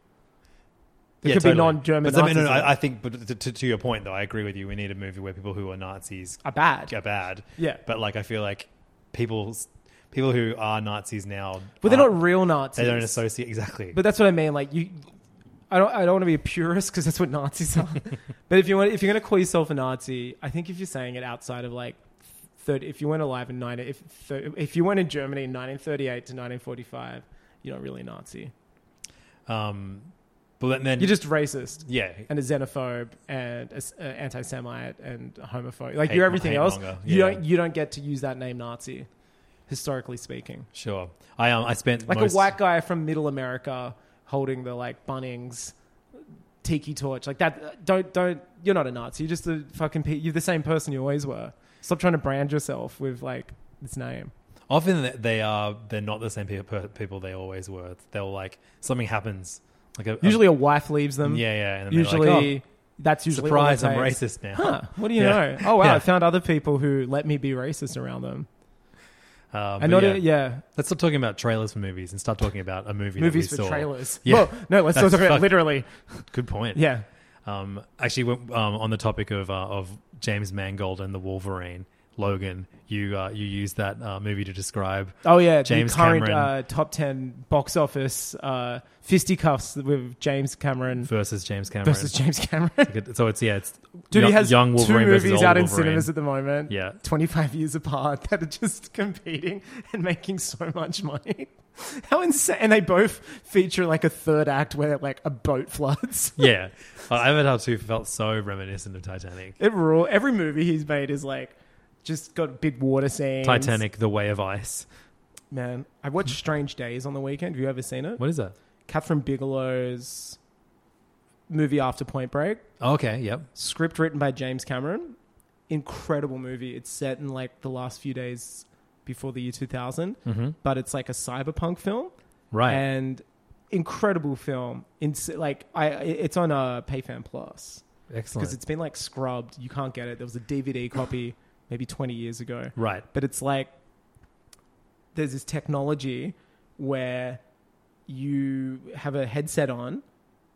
S5: There
S4: yeah,
S5: could
S4: totally.
S5: be non-German
S4: But I, mean,
S5: Nazis.
S4: no, no,
S5: in it.
S4: I, I think, but to, to, to your point though, I agree with you. We need a movie where people who are Nazis
S5: are bad.
S4: are bad.
S5: Yeah.
S4: But like, I feel like people people who are Nazis now,
S5: But they're
S4: aren't-
S5: not real Nazis.
S4: uh, They don't associate exactly.
S5: But that's what I mean. Like you, I don't. I don't want to be a purist because that's what Nazis
S4: [LAUGHS]
S5: are. but if you want, if you're going to call yourself a Nazi, I think if you're saying it outside of like. 30, if you weren't alive in 90, if thir- if you weren't in Germany in 1938 to 1945, you're not really a Nazi.
S4: um, but then
S5: You're just racist
S4: yeah.
S5: and a xenophobe and a s- a anti-Semite and a homophobe. Like
S4: Hate-
S5: you're everything
S4: hate
S5: else.
S4: monger,
S5: You
S4: yeah.
S5: don't you don't get to use that name Nazi, historically speaking.
S4: Sure, I um I spent
S5: like
S4: most,
S5: a white guy from middle america holding the like bunnings tiki torch like that don't don't you're not a nazi you're just a fucking pe- you're the same person you always were stop trying to brand yourself with like this name
S4: Often they are they're not the same people, people they always were. They'll like something happens. Like a,
S5: usually a wife leaves
S4: a,
S5: them
S4: yeah, yeah. And then they're
S5: usually
S4: like,
S5: that's
S4: oh,
S5: usually all
S4: surprise,
S5: it
S4: I'm
S5: takes.
S4: racist now.
S5: huh what do you
S4: Yeah.
S5: know oh wow
S4: Yeah.
S5: i found other people who let me be racist around them
S4: Uh,
S5: and
S4: but
S5: not yeah, yeah
S4: Let's stop talking about trailers for movies and start talking about a movie.
S5: movies
S4: that
S5: for
S4: we saw.
S5: trailers
S4: Yeah.
S5: well, no let's
S4: That's
S5: talk about
S4: fuck-
S5: literally
S4: Good point.
S5: yeah
S4: Um, actually, when- um, on the topic of uh, of James Mangold and the Wolverine, Logan, you uh, you used that uh, movie to describe.
S5: Oh yeah,
S4: James
S5: the current
S4: Cameron.
S5: uh, top ten box office uh, fisticuffs with James Cameron
S4: versus James Cameron.
S5: versus James Cameron.
S4: so it's yeah, it's
S5: Dude,
S4: young,
S5: he has
S4: young Wolverine
S5: two
S4: versus
S5: movies
S4: old
S5: out in
S4: Wolverine.
S5: cinemas at the moment.
S4: Yeah.
S5: twenty five years apart that are just [LAUGHS] competing and making so much money. How insane! And they both feature like a third act where like a boat floods.
S4: [LAUGHS] yeah, uh, Avatar two felt so reminiscent of Titanic.
S5: It rule. Every movie he's made is like just got big water scenes.
S4: Titanic, The Way of Ice.
S5: man. I watched Strange Days on the weekend. Have you ever seen it?
S4: What is that?
S5: Catherine Bigelow's movie after Point Break,
S4: Oh, okay, yep.
S5: script written by James Cameron, incredible movie. It's set in like the last few days before the year 2000, but it's like a cyberpunk film
S4: Right.
S5: and incredible film. In like I, it's on a uh, PayFan Plus
S4: Excellent.
S5: because it's been like scrubbed. You can't get it. There was a DVD copy maybe 20 years ago.
S4: Right.
S5: But it's like there's this technology where you have a headset on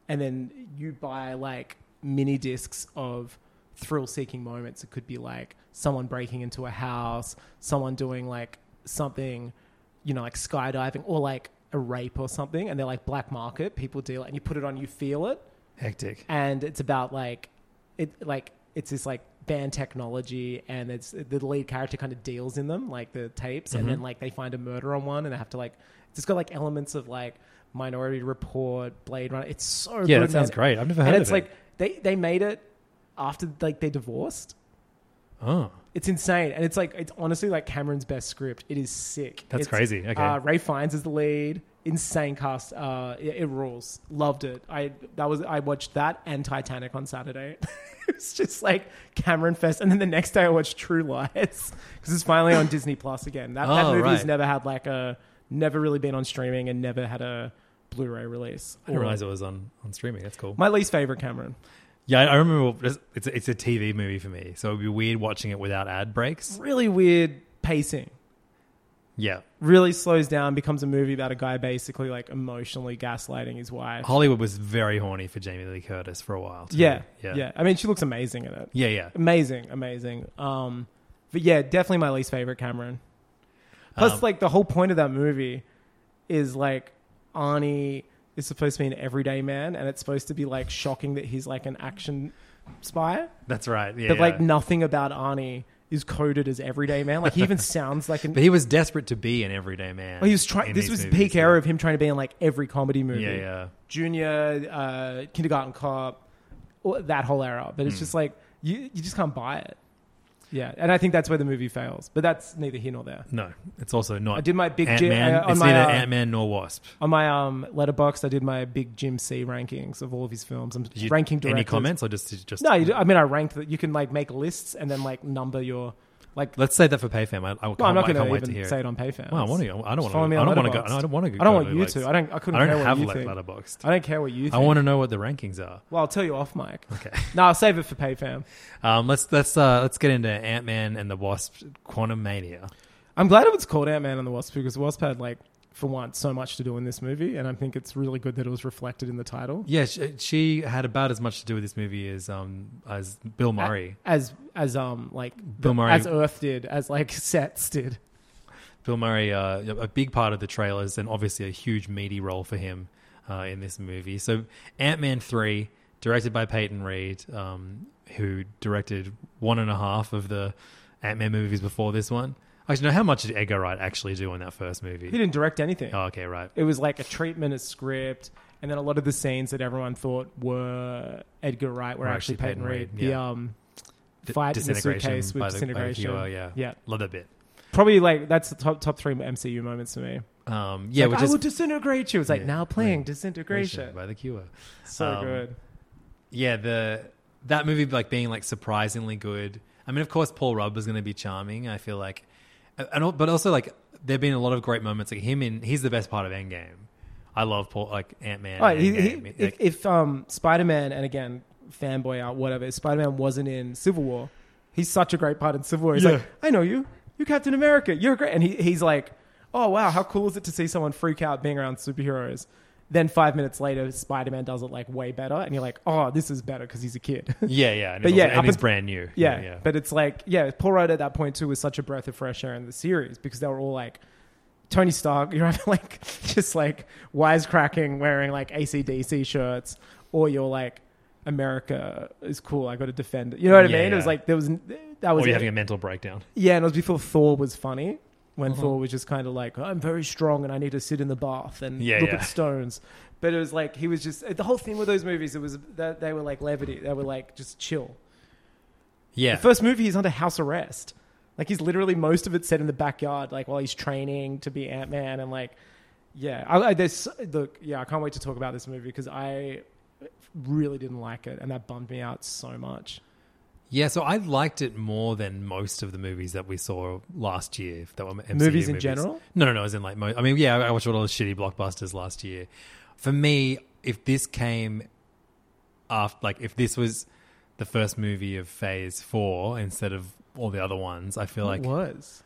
S5: and then you buy like mini discs of thrill seeking moments. It could be like someone breaking into a house, someone doing like something, you know, like skydiving or like a rape or something. And they're like black market. People deal it and you put it on, you feel it
S4: hectic.
S5: and it's about like it like it's this like band technology and it's the lead character kind of deals in them like the tapes and
S4: Mm-hmm.
S5: then like they find a murder on one and they have to like it's just got like elements of like minority report blade runner it's so
S4: Yeah,
S5: good,
S4: that sounds
S5: man.
S4: great. I've never
S5: and
S4: heard
S5: it's
S4: of it.
S5: like they they made it after like they divorced
S4: Oh,
S5: it's insane, and it's like it's honestly like Cameron's best script. It is sick.
S4: That's
S5: It's-
S4: crazy. Okay.
S5: uh, Ray Fiennes is the lead. Insane cast. Uh, it, it rules. Loved it. I that was I watched that and Titanic on Saturday. [LAUGHS] it's just like Cameron Fest, and then the next day I watched True Lies because it's finally on Disney Plus again. That, that
S4: Oh,
S5: movie has
S4: right.
S5: never had like a never really been on streaming and never had a Blu-ray release.
S4: I didn't realize it was on, on streaming. That's cool.
S5: My least favorite Cameron.
S4: yeah, I I remember it's it's a, it's a TV movie for me, so it'd be weird watching it without ad breaks.
S5: Really weird pacing.
S4: Yeah,
S5: really slows down, becomes a movie about a guy basically like emotionally gaslighting his wife.
S4: Hollywood was very horny for Jamie Lee Curtis for a while. too.
S5: yeah, yeah,
S4: yeah,
S5: I mean, she looks amazing in it.
S4: yeah, yeah.
S5: Amazing, amazing. Um, but yeah, definitely my least favorite Cameron. Plus,
S4: Um,
S5: like the whole point of that movie is like Arnie is supposed to be an everyday man, and it's supposed to be like shocking that he's like an action spy,
S4: That's right. Yeah,
S5: but
S4: yeah.
S5: like nothing about Arnie is coded as everyday man. Like
S4: [LAUGHS]
S5: he even sounds like an
S4: but he was desperate to be an everyday man.
S5: Well, he was trying.
S4: in
S5: This
S4: these
S5: was
S4: movies,
S5: peak
S4: yeah.
S5: era of him trying to be in like every comedy movie.
S4: Yeah, yeah.
S5: Junior, uh, Kindergarten Cop, all- that whole era. But it's
S4: Hmm.
S5: just like you, you just can't buy it. Yeah, and I think that's where the movie fails. But that's neither here nor there.
S4: No, it's also not.
S5: I did my big
S4: Ant
S5: J-
S4: Man.
S5: uh, on
S4: it's
S5: my,
S4: neither
S5: uh,
S4: Ant Man nor Wasp.
S5: On my um, letterbox, I did my big Jim C rankings of all of his films. I'm
S4: Did you-
S5: ranking directors.
S4: Any comments or just just
S5: No, you, I mean I ranked that. You can like make lists and then like number your like.
S4: Let's say that for PayFam. I, I can't,
S5: no, I'm not
S4: I
S5: going
S4: can't
S5: to
S4: wait to hear
S5: even say it on PayFan.
S4: Well, I want to. go- I don't
S5: Just
S4: want
S5: follow me
S4: to.
S5: on
S4: I don't want to go.
S5: Letterboxd.
S4: no, I don't want to go.
S5: I don't want
S4: to
S5: you
S4: Letterboxd.
S5: to. I don't. I couldn't.
S4: I don't
S5: care what
S4: have
S5: you
S4: like
S5: think.
S4: Letterboxd.
S5: I don't care what you think.
S4: I want to know what the rankings are.
S5: Well, I'll tell you off mic.
S4: Okay.
S5: No, I'll save it for PayFam.
S4: Um, let's let's uh, let's get into Ant Man and the Wasp: Quantum Mania.
S5: I'm glad it was called Ant Man and the Wasp because Wasp had like, for once, so much to do in this movie, and I think it's really good that it was reflected in the title.
S4: Yeah, she, she had about as much to do with this movie as um as Bill Murray.
S5: As as um like
S4: Bill Murray.
S5: as Earth did, as like [LAUGHS] sets did.
S4: Bill Murray, uh, a big part of the trailers, and obviously a huge meaty role for him uh, in this movie. So, Ant Man three, directed by Peyton Reed, um, who directed one and a half of the Ant Man movies before this one. Actually, no, how much did Edgar Wright actually do in that first
S5: He
S4: movie?
S5: didn't direct anything.
S4: Oh, okay, right.
S5: It was like a treatment, a script, and then a lot of the scenes that everyone thought were Edgar Wright were,
S4: Were
S5: actually
S4: actually Peyton
S5: Peyton Reed.
S4: Reed,
S5: The
S4: yeah.
S5: um
S4: D-
S5: fight in the suitcase with
S4: by the- by the
S5: disintegration.
S4: viewer, yeah,
S5: yeah,
S4: love that bit.
S5: probably like that's the top top three MCU moments for me.
S4: Um, yeah,
S5: like,
S4: which
S5: I
S4: is
S5: will disintegrate you. It's like
S4: Yeah,
S5: now playing
S4: yeah.
S5: disintegration.
S4: by the cure.
S5: So
S4: Um,
S5: good.
S4: yeah, the that movie like being like surprisingly good. I mean, of course, Paul Rudd was going to be charming. I feel like, and al- but also like there've been a lot of great moments. Like him in he's the best part of Endgame. I love Paul like Ant Man.
S5: All right, he, he, if, if um, Spider Man and again fanboy out whatever, if Spider Man wasn't in Civil War, he's such a great part in Civil War. He's
S4: Yeah.
S5: like, I know you, you're Captain America, you're great, and he, he's like, oh wow, how cool is it to see someone freak out being around superheroes? Then five minutes later, Spider Man does it like way better, and you're like, oh, this is better because he's a kid. [LAUGHS]
S4: yeah, yeah, and
S5: but
S4: it was-
S5: yeah, up
S4: and it's
S5: in-
S4: brand new.
S5: yeah, But it's like, yeah, Paul Rudd at that point too was such a breath of fresh air in the series because they were all like, Tony Stark, [LAUGHS] you're either like just like wisecracking, wearing like ACDC shirts, or you're like, America is cool. I got to defend it. You know what I
S4: Yeah,
S5: mean? It was
S4: yeah.
S5: like there was that was
S4: or
S5: it.
S4: you having a mental breakdown.
S5: yeah, and it was before Thor was funny. When
S4: Uh-huh.
S5: Thor was just kind of like, I'm very strong and I need to sit in the bath and
S4: Yeah,
S5: look
S4: yeah.
S5: at stones. But it was like he was just the whole thing with those movies. It was that they were like levity. They were like just chill.
S4: Yeah,
S5: The first movie, he's under house arrest. Like he's literally most of it set in the backyard, like while he's training to be Ant Man, and like, yeah, I, I, there's look, yeah, I can't wait to talk about this movie because I really didn't like it, and that bummed me out so much.
S4: Yeah, so I liked it more than most of the movies that we saw last year that were MCU
S5: Movies in general?
S4: No, no, no. As in like, mo- I mean, yeah, I watched all those shitty blockbusters last year. For me, if this came after, like, if this was the first movie of Phase Four instead of all the other ones, I feel like
S5: it was.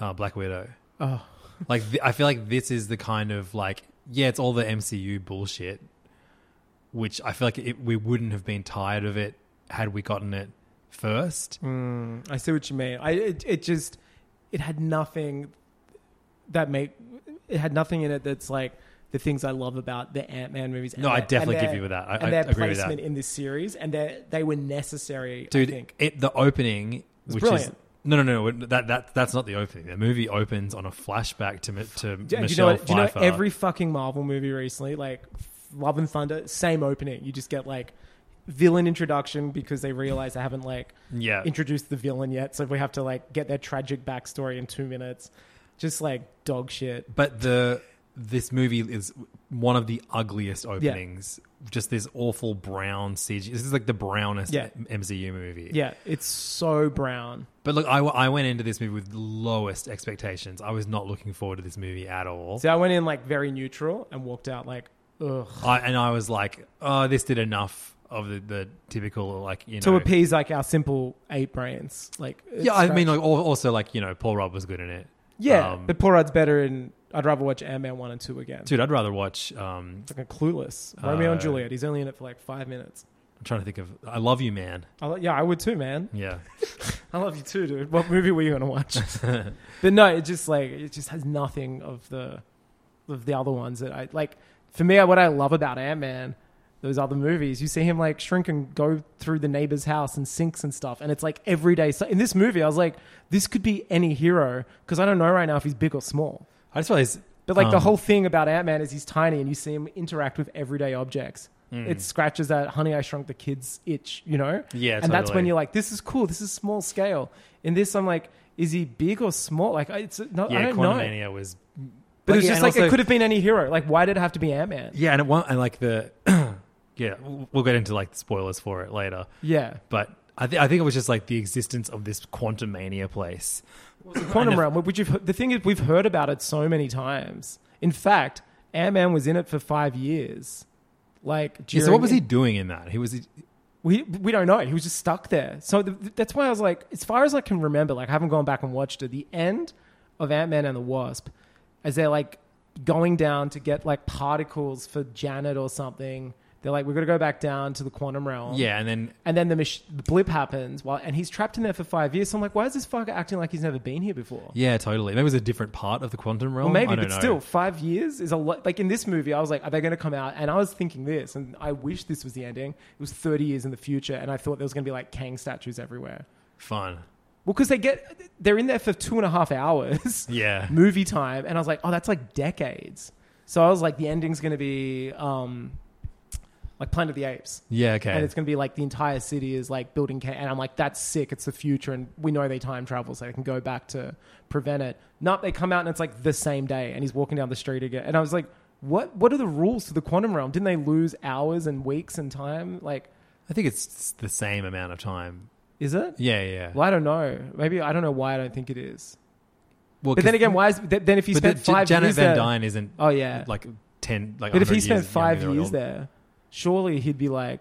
S4: uh, Black Widow. Oh, [LAUGHS] like th- I feel like this is the kind of like yeah, it's all the MCU bullshit, which I feel like it, we wouldn't have been tired of it had we gotten it first.
S5: I see what you mean. I it, it just it had nothing that make it had nothing in it that's like the things I love about the Ant Man movies. and
S4: No, I
S5: their- and
S4: definitely
S5: their-
S4: give you with that. I-
S5: and
S4: I
S5: their
S4: agree with that.
S5: placement in this series, and they they were necessary.
S4: Dude,
S5: I think.
S4: it the opening,
S5: was
S4: which is
S5: brilliant.
S4: no, no, no, no, that that that's not the opening. The movie opens on a flashback to Mi- to
S5: Do you know
S4: Michelle
S5: what- do you know
S4: Pfeiffer.
S5: every fucking Marvel movie recently, like Love and Thunder, same opening. You just get like villain introduction because they realize they haven't like
S4: Yeah.
S5: introduced the villain yet, so we have to like get their tragic backstory in two minutes. Just like dog shit.
S4: But the this movie is one of the ugliest openings. Just this awful brown CG. This is like the brownest
S5: Yeah.
S4: MCU movie.
S5: Yeah, it's so brown.
S4: But look, I, w- I went into this movie with the lowest expectations. I was not looking forward to this movie at all.
S5: So I went in like very neutral and walked out like, ugh.
S4: I, and I was like, oh, this did enough of the, the typical, like, you know.
S5: To appease like our simple ape brains, like it's
S4: yeah, I mean,
S5: strange.
S4: like, al- also, like, you know, Paul Rudd was good in it.
S5: yeah,
S4: Um,
S5: but Porad's better, and I'd rather watch Ant Man one and two again.
S4: Dude, I'd rather watch. Um,
S5: It's like a clueless Romeo and
S4: Uh,
S5: Juliet. He's only in it for like five minutes.
S4: I'm trying to think of. I Love You, Man.
S5: I lo- yeah, I would too, man.
S4: Yeah.
S5: I love you too, dude. What movie were you gonna [LAUGHS] watch? but no, it just like it just has nothing of the of the other ones that I like. For me, what I love about Ant Man, those other movies, you see him like shrink and go through the neighbor's house and sinks and stuff, and it's like everyday. So in this movie, I was like, this could be any hero because I don't know right now if he's big or small.
S4: I just realized.
S5: But like the
S4: um,
S5: whole thing about Ant Man is he's tiny and you see him interact with everyday objects. It scratches that Honey I Shrunk the Kids itch, you know?
S4: Yeah,
S5: And that's when
S4: totally.
S5: you're like, this is cool. This is small scale. In this, I'm like, is he big or small? Like, I- it's not,
S4: [LAUGHS]
S5: I
S4: Yeah,
S5: don't know.
S4: Quantumania was.
S5: But it's
S4: yeah,
S5: just
S4: and
S5: like,
S4: also-
S5: it could have been any hero. Like, why did it have to be Ant Man?
S4: Yeah, and it won't, and like the [CLEARS THROAT] yeah, we'll we'll get into like the spoilers for it later.
S5: Yeah.
S4: But I, th- I think it was just like the existence of this quantum mania place.
S5: Quantum Realm, which you've, heard- the thing is, we've heard about it so many times. In fact, Ant Man was in it for five years. Like,
S4: Yeah, so what
S5: during-
S4: was he doing in that? He was
S5: we we don't know. He was just stuck there. So the, that's why I was like, as far as I can remember, like I haven't gone back and watched it. The end of Ant Man and the Wasp, as they're like going down to get like particles for Janet or something. They're like, we're gonna go back down to the quantum realm.
S4: yeah, and then
S5: And then the, mach- the blip happens, while, and he's trapped in there for five years. So I'm like, why is this fucker acting like he's never been here before?
S4: yeah, totally. Maybe it was a different part of the quantum realm.
S5: Well, maybe,
S4: I don't
S5: but
S4: know.
S5: still, five years is a lot. Like in this movie, I was like, are they going to come out? And I was thinking this, and I wish this was the ending. It was 30 years in the future, and I thought there was going to be like Kang statues everywhere.
S4: fun.
S5: Well, because they get, they're in there for two and a half hours, [LAUGHS]
S4: Yeah.
S5: movie time, and I was like, oh, that's like decades. So I was like, the ending's going to be um, like Planet of the Apes.
S4: Yeah, okay.
S5: And it's going to be like the entire city is like building. Ca- and I'm like, that's sick. It's the future. And we know they time travel, so they can go back to prevent it. Nope, they come out and it's like the same day. And he's walking down the street again. And I was like, what, what are the rules to the quantum realm? Didn't they lose hours and weeks and time? Like,
S4: I think it's the same amount of time.
S5: is it?
S4: Yeah, yeah.
S5: Well, I don't know. Maybe I don't know why I don't think it is.
S4: Well,
S5: But then
S4: 'cause-
S5: again, why is th- then if he
S4: but the-
S5: spent five
S4: Janet
S5: years
S4: Van
S5: there,
S4: Dyne isn't.
S5: Oh, yeah.
S4: like ten. Like,
S5: but if
S4: 100
S5: he spent
S4: years
S5: five
S4: younger or
S5: years
S4: older.
S5: there, surely he'd be like,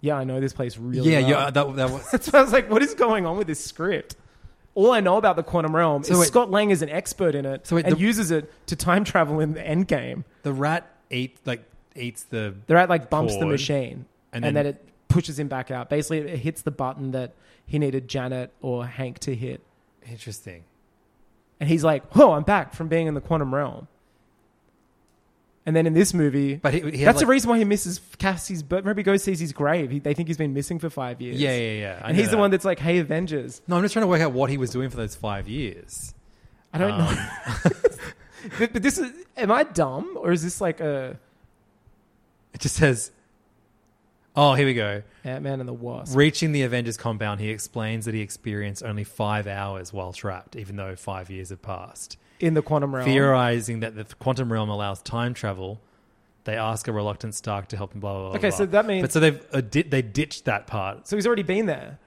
S5: "Yeah, I know this place really."
S4: yeah, uh,
S5: well.
S4: yeah, that that was.
S5: [LAUGHS] That's why I was like, "What is going on with this script?" All I know about the quantum realm
S4: So
S5: is
S4: wait-
S5: Scott Lang is an expert in it
S4: So wait,
S5: and
S4: the-
S5: uses it to time travel in the end game.
S4: the rat ate like eats the
S5: The rat like bumps the
S4: Cord.
S5: machine,
S4: And
S5: and,
S4: then-
S5: then, it pushes him back out. Basically, it hits the button that he needed Janet or Hank to hit,
S4: interesting.
S5: and he's like, "Oh, I'm back from being in the quantum realm." And then in this movie,
S4: But he- he had,
S5: that's the
S4: like-
S5: reason why he misses Cassie's. But remember, he goes sees his grave. He, they think he's been missing for five years.
S4: Yeah, yeah, yeah. I
S5: and
S4: know
S5: he's the
S4: that.
S5: one that's like, "Hey, Avengers."
S4: No, I'm just trying to work out what he was doing for those five years.
S5: I don't
S4: Uh.
S5: know. [LAUGHS] but, but this is. Am I dumb or is this like a
S4: It just says, oh, here we go.
S5: Ant Man and the Wasp?
S4: Reaching the Avengers compound, he explains that he experienced only five hours while trapped, even though five years have passed.
S5: in the quantum realm.
S4: Theorizing that the quantum realm allows time travel, they ask a reluctant Stark to help him. Blah blah. blah
S5: Okay,
S4: blah.
S5: so that means-
S4: But so they've uh, di- they ditched that part.
S5: So he's already been there.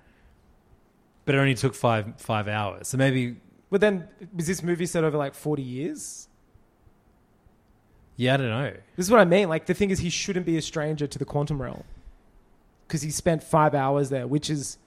S4: but it only took five five hours. So maybe
S5: But then, was this movie set over like 40 years?
S4: yeah, I don't know.
S5: This is what I mean. Like, the thing is, he shouldn't be a stranger to the quantum realm because he spent five hours there, which is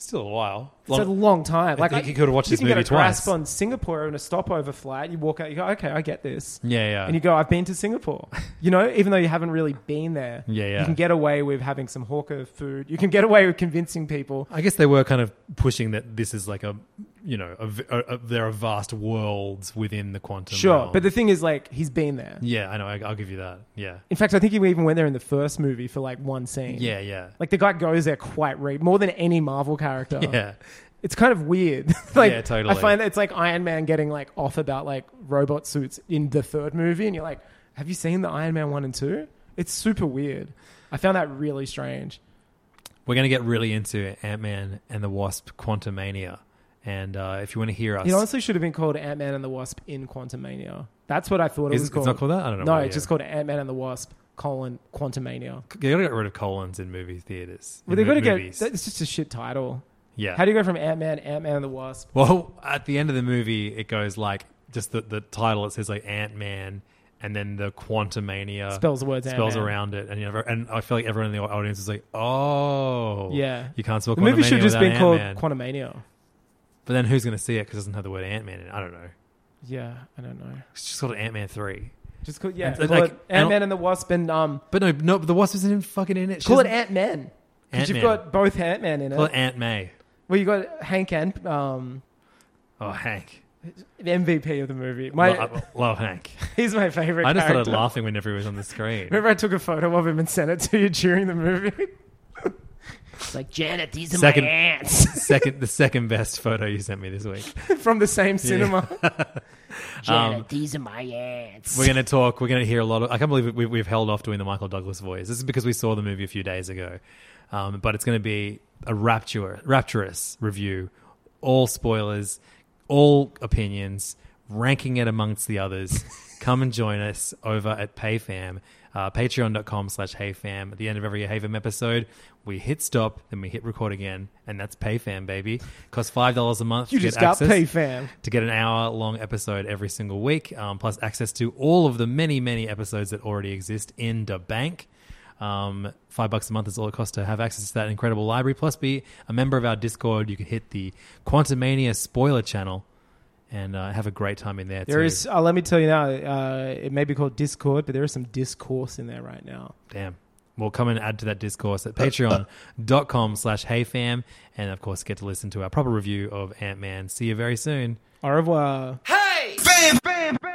S4: Still a while.
S5: it's a long time.
S4: I
S5: Like,
S4: think he could've watched
S5: you
S4: this
S5: can
S4: movie
S5: get a grasp
S4: twice.
S5: on Singapore on a stopover flight. You walk out, you go, okay, I get this.
S4: yeah, yeah.
S5: And you go, I've been
S4: [LAUGHS]
S5: to Singapore. You know, even though you haven't really been there,
S4: Yeah, yeah.
S5: you can get away with having some hawker food. You can get away with convincing people.
S4: I guess they were kind of pushing that this is like a, you know, a v a a there are vast worlds within the quantum.
S5: Sure.
S4: realm.
S5: But the thing is, like, he's been there.
S4: yeah, I know. I, I'll give you that. Yeah,
S5: In fact, I think he even went there in the first movie for like one scene.
S4: yeah, yeah,
S5: Like, the guy goes there quite re more than any Marvel character.
S4: yeah.
S5: It's kind of weird. [LAUGHS] like,
S4: Yeah, totally.
S5: I find that it's like Iron Man getting like off about like robot suits in the third movie, and you're like, have you seen the Iron Man one and two? It's super weird. I found that really strange.
S4: We're gonna get really into Ant Man and the Wasp: Quantumania, and uh, if you want to hear us,
S5: It honestly should have been called Ant Man and the Wasp in Quantumania. That's what I thought it
S4: Is-
S5: was
S4: it's
S5: called.
S4: not called that? I don't know
S5: No,
S4: why,
S5: it's
S4: yeah.
S5: just called Ant Man and the Wasp colon Quantumania.
S4: they gotta get rid of colons in movie theaters.
S5: Well,
S4: in
S5: they
S4: mo-
S5: got to get.
S4: movies.
S5: It's just a shit title.
S4: yeah.
S5: How do you go from Ant Man, Ant Man and the Wasp?
S4: Well, [LAUGHS] at the end of the movie, it goes like just the, the title. It says like Ant Man, and then the Quantumania
S5: Spells the words
S4: spells
S5: Ant-Man.
S4: around it, and you never, and I feel like everyone in the audience is like, oh,
S5: Yeah,
S4: you can't spell.
S5: The movie should
S4: Quantumania
S5: have just
S4: without
S5: been called
S4: Ant-Man.
S5: Quantumania.
S4: But then who's going to see it because it doesn't have the word Ant Man in it? I don't know.
S5: Yeah, I don't know.
S4: It's just called Ant Man 3.
S5: Just call yeah,
S4: And, uh,
S5: call
S4: like,
S5: it
S4: and-
S5: Ant Man and the Wasp, and um,
S4: But no, no, the Wasp isn't even fucking in it. She
S5: call it
S4: doesn't-
S5: Ant Man because you've
S4: Ant-Man.
S5: got both Ant Man in
S4: Call it
S5: it.
S4: Ant May.
S5: Well, you got Hank and um,
S4: Oh, Hank.
S5: the MVP of the movie. My,
S4: Lo- I love Hank.
S5: [LAUGHS] he's my favorite.
S4: I just started
S5: character.
S4: laughing whenever he was on the screen.
S5: Remember, I took a photo of him and sent it to you during the movie. it's like Janet, these are
S4: Second-
S5: my ants
S4: second, the second best photo you sent me this week.
S5: [LAUGHS] from the same cinema.
S4: [LAUGHS] Um,
S5: these are my ants.
S4: we're going to talk. We're going to hear a lot of. I can't believe it, we've, we've held off doing the Michael Douglas voice. This is because we saw the movie a few days ago. Um, but it's going to be a rapture, rapturous review, all spoilers, all opinions, ranking it amongst the others. Come and join us over at PayFam, uh, patreon.com slash HeyFam. At the end of every HeyFam episode, we hit stop, then we hit record again, and that's PayFam, baby. Costs $5 a month.
S5: You
S4: to get
S5: just got
S4: access
S5: PayFam.
S4: to get an hour long episode every single week, um, plus access to all of the many, many episodes that already exist in the bank. Um, five bucks a month is all it costs to have access to that incredible library. Plus, be a member of our Discord. You can hit the Quantum Mania spoiler channel and uh, have a great time in there.
S5: There
S4: too.
S5: is. Uh, let me tell you now. Uh, it may be called Discord, but there is some discourse in there right now.
S4: Damn. Well, come and add to that discourse
S5: Uh,
S4: at patreon.com slash heyfam. And of course, get to listen to our proper review of Ant Man. See you very soon.
S5: Au revoir.
S7: Bam, bam, bam.